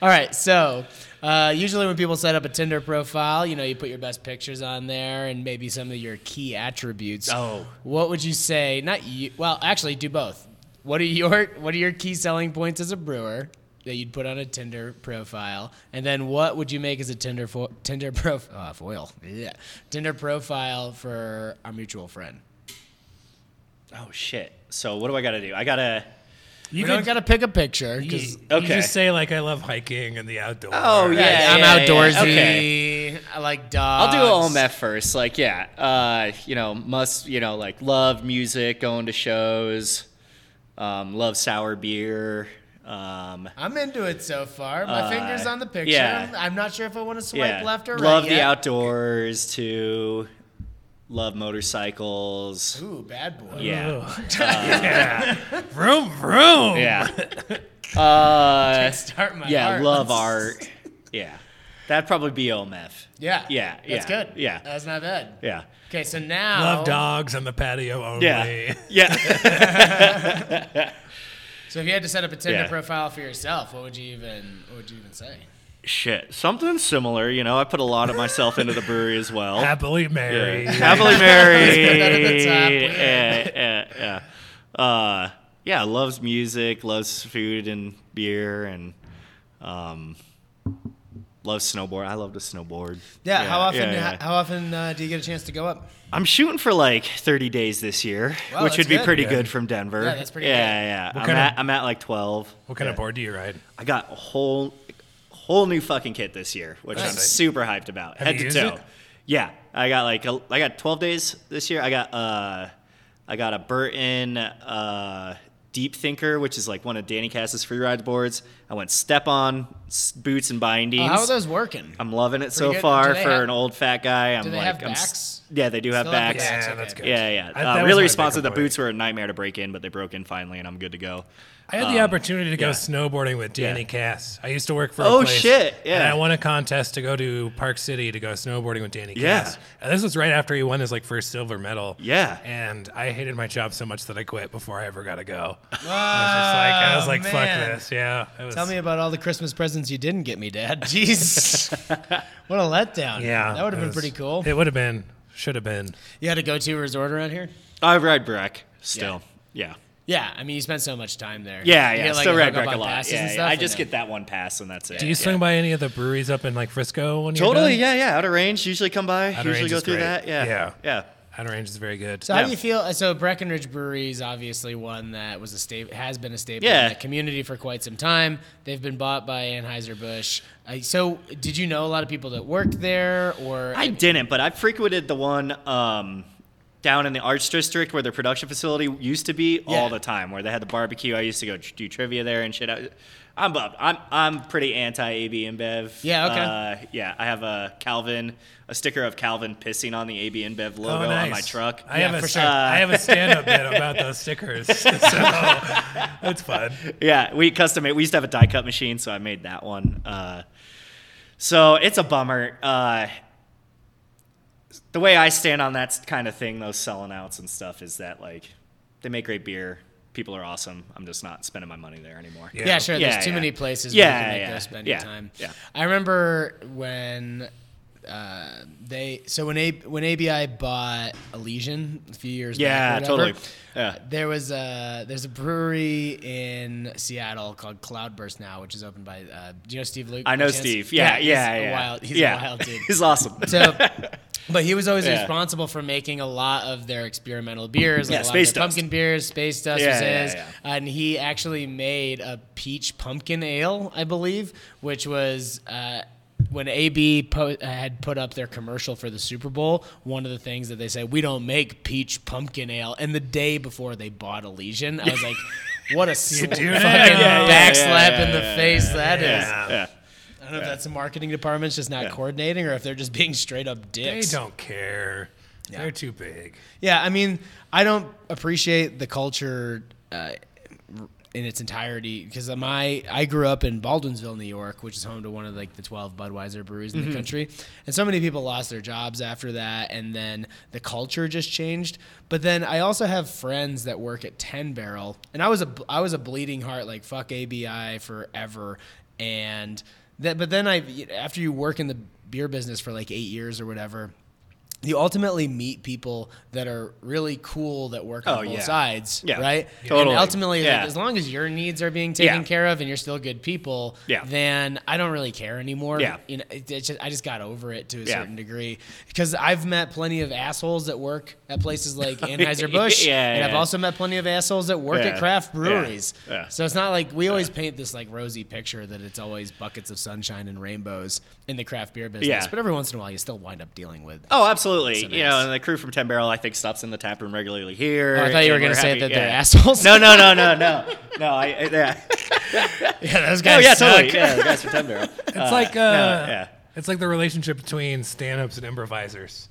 S2: All right, so uh, usually when people set up a Tinder profile, you know, you put your best pictures on there and maybe some of your key attributes.
S1: Oh.
S2: what would you say? Not you. Well, actually, do both. What are your What are your key selling points as a brewer that you'd put on a Tinder profile? And then what would you make as a Tinder fo- Tinder profile? Uh, foil. Yeah. Tinder profile for our mutual friend.
S1: Oh shit. So what do I gotta do? I gotta.
S3: You
S2: You don't got to pick a picture
S3: you,
S2: because.
S3: you
S1: Okay.
S3: just say like I love hiking and the outdoors.
S1: Oh, yeah,
S2: I'm
S1: yeah, yeah,
S2: outdoorsy.
S1: okay.
S2: I like dogs.
S1: I'll do all that first. Like yeah, uh, you know, must you know like love music, going to shows, um, love sour beer. Um,
S2: I'm into it so far. My
S1: Uh,
S2: finger's on the picture.
S1: yeah.
S2: I'm not sure if I want to swipe
S1: yeah,
S2: left or right.
S1: love the
S2: yet.
S1: outdoors too. Love motorcycles.
S2: Ooh, bad boy.
S1: Yeah,
S3: yeah. Vroom, vroom.
S1: yeah. Uh,
S2: Start my
S1: yeah,
S2: heart.
S1: love
S2: Let's-
S1: art. Yeah, that'd probably be OMF.
S2: Yeah.
S1: Yeah,
S2: That's
S1: yeah,
S2: good.
S1: yeah.
S2: That's not bad.
S1: Yeah.
S2: Okay, so now
S3: Love dogs on the patio only.
S1: Yeah. Yeah.
S2: So if you had to set up a Tinder
S1: Yeah.
S2: profile for yourself, what would you even what would you even say?
S1: Shit, something similar. You know, I put a lot of myself into the brewery as well.
S3: Happily married.
S1: Happily
S2: that at the
S1: married.
S2: top,
S1: yeah, yeah, yeah. Uh, yeah, loves music, loves food and beer, and um, love snowboard. I love to snowboard.
S2: Yeah, how often
S1: yeah, yeah.
S2: h- how often uh, do you get a chance to go up?
S1: I'm shooting for like 30 days this year,
S2: Wow,
S1: which
S2: that's
S1: would be
S2: good.
S1: pretty
S3: Yeah.
S1: good from Denver.
S2: Yeah, that's pretty
S1: yeah,
S2: good.
S1: Yeah,
S3: What
S1: I'm,
S3: kind of-
S1: at, I'm at like 12.
S3: What kind of board do you ride?
S1: I got a whole whole new fucking kit this year, which I'm
S3: Nice.
S1: super hyped about.
S3: Have
S1: Head
S3: you
S1: to
S3: used
S1: toe.
S3: it?
S1: Yeah, I got like a, I got 12 days this year. I got uh I got a Burton uh Deep Thinker, which is like one of Danny Cass's free ride boards. I went step on s- boots and bindings.
S2: Oh, how are those working?
S1: I'm loving it so
S2: good. Do
S1: far
S2: they
S1: for
S2: have-
S1: an old fat guy. I'm
S2: do they
S1: like,
S2: have
S1: I'm s-
S2: backs?
S1: yeah, they do have
S2: Still have
S1: backs.
S2: backs,
S3: Yeah,
S2: okay.
S3: that's good.
S1: Yeah, yeah.
S3: I- that
S1: uh,
S3: was
S1: really
S3: my
S1: responsive. The
S3: takeaway.
S1: boots were a nightmare to break in, but they broke in finally, and I'm good to go.
S3: I had the opportunity to go
S1: Um, yeah.
S3: snowboarding with Danny
S1: Yeah.
S3: Cass. I used to work for.
S1: Oh,
S3: a place,
S1: shit, yeah.
S3: And I won a contest to go to Park City to go snowboarding with Danny
S1: Yeah.
S3: Cass. And this was right after he won his like first silver medal.
S1: Yeah.
S3: And I hated my job so much that I quit before I ever got to go. I was just like, I was like,
S2: man.
S3: fuck this. Yeah. It was,
S2: Tell me about all the Christmas presents you didn't get me, Dad. Jeez, what a letdown.
S3: Yeah.
S2: that would have
S3: it
S2: been
S3: was-
S2: pretty cool.
S3: It would have been. Should have been.
S2: You had a go-to resort around here.
S1: I ride Breck still. yeah.
S2: Yeah, I mean, you spent so much time there.
S1: Yeah,
S2: You
S1: yeah,
S2: get, like,
S1: still
S2: a
S1: red
S2: hookup
S1: brick a
S2: on
S1: lot.
S2: passes
S1: Yeah,
S2: and
S1: yeah,
S2: stuff,
S1: I
S2: or
S1: just
S2: no?
S1: get that one pass and that's it.
S3: Do you swing by any of the breweries up in like Frisco? When
S1: Totally,
S3: You're
S1: yeah, yeah. Outer range, usually come by,
S3: Outer
S1: usually
S3: Range
S1: go
S3: is
S1: through
S3: great.
S1: that. Yeah,
S3: Yeah.
S1: yeah.
S3: yeah. Outer Range is very good.
S2: So how
S1: Yeah.
S2: do you feel? So Breckenridge Brewery is obviously one that was a staple, has been a staple in
S1: Yeah.
S2: the community for quite some time. They've been bought by Anheuser Busch. Uh, so did you know a lot of people that worked there, or
S1: I didn't, but I frequented the one um, down in the Arts District where their production facility used to be
S2: Yeah.
S1: all the time, where they had the barbecue. I used to go tr- do trivia there and shit. I, I'm bummed. I'm I'm pretty anti AB InBev.
S2: Yeah, okay.
S1: Uh, yeah, I have a Calvin, a sticker of Calvin pissing on the AB InBev logo
S2: Oh,
S1: on my truck.
S3: Oh, I
S2: Yeah,
S3: have a, uh,
S2: for sure.
S3: I have a stand-up bit about those stickers, so that's fun.
S1: Yeah, we custom made. We used to have a die cut machine, so I made that one. Uh, so it's a bummer. Uh, the way I stand on that kind of thing, those selling outs and stuff, is that like they make great beer. People are awesome. I'm just not spending my money there anymore.
S2: Yeah, sure.
S1: Yeah,
S2: there's too
S1: yeah.
S2: many places where you
S1: Yeah,
S2: can like,
S1: yeah,
S2: go spend
S1: yeah,
S2: your time.
S1: yeah.
S2: I remember when uh, they so when a, when ABI bought Elysian a few years
S1: Yeah,
S2: back. or whatever,
S1: totally. Yeah.
S2: There was a there's a brewery in Seattle called Cloudburst now, which is opened by uh, do you know Steve Luke?
S1: I
S2: by
S1: know
S2: chance?
S1: Steve. Yeah,
S2: he's
S1: yeah,
S2: a
S1: yeah.
S2: wild- he's
S1: yeah.
S2: a wild dude.
S1: he's awesome.
S2: So, but he was always
S1: Yeah.
S2: responsible for making a lot of their experimental beers, like
S1: Yeah,
S2: a lot
S1: space
S2: of their
S1: dust.
S2: pumpkin beers, space dust
S1: Yeah,
S2: was
S1: yeah,
S2: his,
S1: yeah.
S2: and he actually made a peach pumpkin ale, I believe, which was. Uh, when AB po- uh, had put up their commercial for the Super Bowl, one of the things that they said, we don't make peach pumpkin ale. And the day before they bought Elysian, I was like, what a sl- fucking
S3: do that? Yeah, yeah,
S2: backslap
S1: yeah,
S2: in the
S1: yeah,
S2: face that is.
S1: yeah.
S2: I don't know if that's the marketing department's just not
S1: Yeah.
S2: coordinating or if they're just being straight up
S3: They
S2: dicks.
S3: don't care. They're too big.
S2: Yeah, I mean, I don't appreciate the culture uh, in its entirety because my I grew up in Baldwinsville, New York, which is home to one of like the twelve Budweiser breweries in the country, and so many people lost their jobs after that, and then the culture just changed. But then I also have friends that work at Ten Barrel, and I was a I was a bleeding heart like fuck ABI forever, and that but then I after you work in the beer business for like eight years or whatever you ultimately meet people that are really cool that work on
S1: Oh,
S2: both
S1: yeah.
S2: sides,
S1: Yeah.
S2: right?
S1: Totally.
S2: And ultimately, like,
S1: Yeah.
S2: as long as your needs are being taken
S1: Yeah.
S2: care of and you're still good people,
S1: Yeah.
S2: then I don't really care anymore.
S1: Yeah.
S2: You know, it, it's just, I just got over it to a
S1: Yeah.
S2: certain degree because I've met plenty of assholes that work at places like Anheuser Busch,
S1: Yeah,
S2: and I've
S1: yeah.
S2: also met plenty of assholes that work
S1: Yeah.
S2: at craft
S1: Yeah.
S2: breweries.
S1: Yeah.
S2: So it's not like we always paint this like rosy picture that it's always buckets of sunshine and rainbows in the craft beer business,
S1: Yeah.
S2: but every once in a while you still wind up dealing with
S1: Oh, absolutely.
S2: Some
S1: You
S2: ass.
S1: know, and the crew from Ten Barrel, I think, stops in the tap room regularly here.
S2: Oh, I thought you were
S1: and
S2: gonna
S1: we're
S2: say
S1: happy-
S2: that they're
S1: yeah.
S2: assholes.
S1: No, no, no, no, no, no. I, I- yeah.
S2: yeah, those
S1: Oh,
S2: guys.
S1: yeah,
S2: suck.
S1: totally. Yeah, the guys from Ten Barrel.
S3: It's like uh,
S1: yeah.
S3: it's like the relationship between stand-ups and improvisers.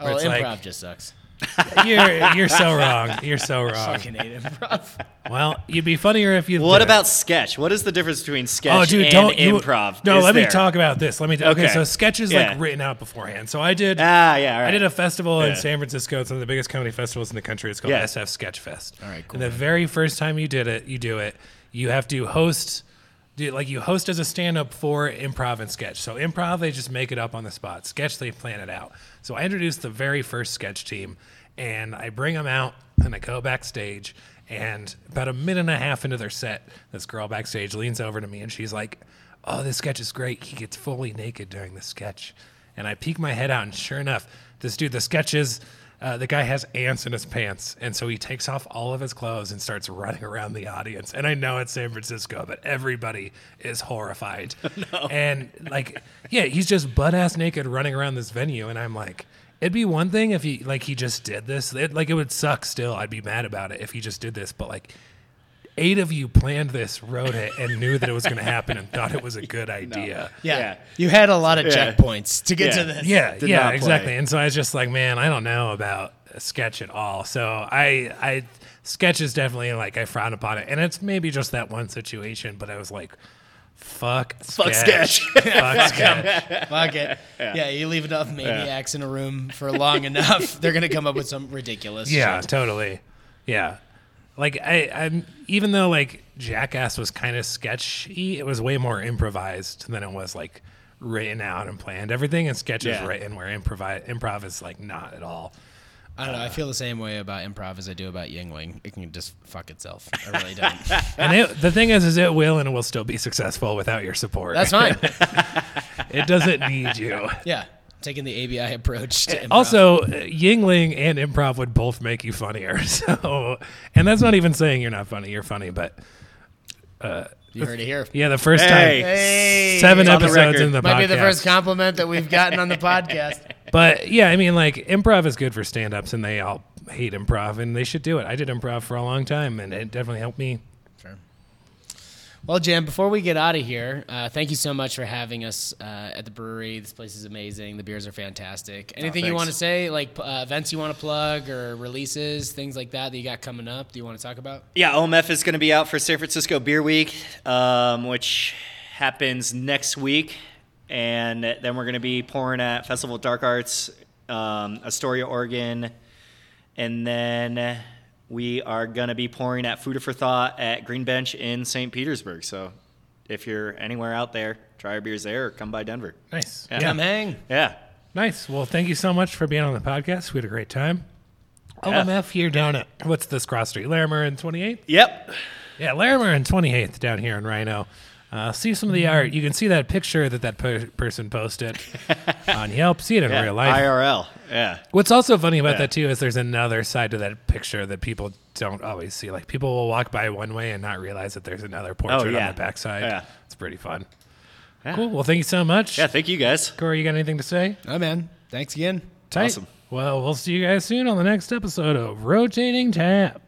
S2: Oh,
S3: where it's
S2: improv
S3: like,
S2: just sucks.
S3: you're you're so wrong. You're so wrong.
S2: Fucking hate improv.
S3: Well, you'd be funnier if you.
S1: What
S3: did it.
S1: about sketch? What is the difference between sketch
S3: Oh, dude,
S1: and
S3: don't you-
S1: improv?
S3: No,
S1: Is
S3: let me
S1: there?
S3: talk about this. Let me. Okay, okay
S1: Okay.
S3: so sketches
S1: Yeah.
S3: like written out beforehand. So I did.
S1: Ah, yeah. all
S3: I
S1: right.
S3: did a festival
S1: Yeah.
S3: in San Francisco. It's one of the biggest comedy festivals in the country. It's called
S1: Yeah.
S3: SF Sketch Fest. All
S2: right, cool,
S3: And the very first time you did it, you do it. You have to host, do, like you host as a stand-up for improv and sketch. So improv, they just make it up on the spot. Sketch, they plan it out. So I introduced the very first sketch team, and I bring them out, and I go backstage. And about a minute and a half into their set, this girl backstage leans over to me, and she's like. oh, this sketch is great. He gets fully naked during the sketch. And I peek my head out, and sure enough, this dude, the sketch is. Uh, the guy has ants in his pants, and so he takes off all of his clothes and starts running around the audience. And I know it's San Francisco, but everybody is horrified. And like, yeah, he's just butt ass naked running around this venue, and I'm like, it'd be one thing if he like he just did this. It, like it would suck still. I'd be mad about it if he just did this, but like eight of you planned this, wrote it, and knew that it was going to happen and thought it was a good idea.
S2: Yeah.
S1: Yeah.
S2: You had a lot of
S1: Yeah.
S2: checkpoints to get
S1: Yeah.
S2: to this.
S3: Yeah,
S1: Did
S3: yeah,
S1: not play.
S3: exactly. And so I was just like, man, I don't know about a sketch at all. So I, I sketch is definitely like I frown upon it, and it's maybe just that one situation. But I was like, fuck,
S1: Fuck
S3: fuck sketch.
S2: Fuck it. Yeah. you leave enough maniacs in a room for long enough, they're gonna come up with some ridiculous.
S3: Yeah,
S2: shit.
S3: totally. Yeah. Like I, I'm even though like Jackass was kind of sketchy, it was way more improvised than it was like written out and planned. Everything in sketch
S1: Yeah.
S3: is written, where improv improv is like not at all.
S2: I don't know. I feel the same way about improv as I do about Yingling. It can just fuck itself. I really don't.
S3: And it, the thing is, is it will and it will still be successful without your support.
S2: That's fine.
S3: it doesn't need you.
S2: Yeah, taking the ABI approach. To improv.
S3: Also, uh, Yingling and improv would both make you funnier. So, and that's not even saying you're not funny. You're funny, but
S2: you heard it here.
S3: yeah, the first
S1: Hey.
S3: time,
S2: Hey,
S3: seven
S1: It's on the
S3: episodes
S1: record.
S3: in the
S2: might
S3: podcast.
S2: be the first compliment that we've gotten on the podcast.
S3: But yeah, I mean, like improv is good for stand-ups, and they all hate improv, and they should do it. I did improv for a long time, and it definitely helped me.
S2: Well, Jim, before we get out of here, uh, thank you so much for having us uh, at the brewery. This place is amazing. The beers are fantastic. Anything you
S1: thanks.
S2: want to say, like uh, events you want to plug or releases, things like that that you got coming up? Do you want to talk about?
S1: Yeah, OMF is going to be out for San Francisco Beer Week, um, which happens next week. And then we're going to be pouring at Festival of Dark Arts, um, Astoria, Oregon. And then we are going to be pouring at Food for Thought at Green Bench in St. Petersburg. So if you're anywhere out there, try our beers there or come by Denver.
S3: Nice,
S1: Yeah.
S2: Come hang.
S1: Yeah.
S3: nice. Well, thank you so much for being on the podcast. We had a great time. OMF here down at what's this cross street? Larimer and Twenty Eighth.
S1: Yep.
S3: Yeah, Larimer and 28th down here in Rhino. Uh, see some of the art. You can see that picture that that per- person posted on Yelp. See it in
S1: Yeah.
S3: real life.
S1: IRL. Yeah.
S3: What's also funny about
S1: Yeah.
S3: that too is there's another side to that picture that people don't always see. Like people will walk by one way and not realize that there's another portrait
S1: Oh, yeah.
S3: on the backside.
S1: Yeah.
S3: It's pretty fun. Cool. Well, thank you so much.
S1: Yeah. Thank you guys.
S3: Corey, you got anything to say?
S2: Oh, man. Thanks again.
S3: Tight.
S1: Awesome.
S3: Well, we'll see you guys soon on the next episode of Rotating Tap.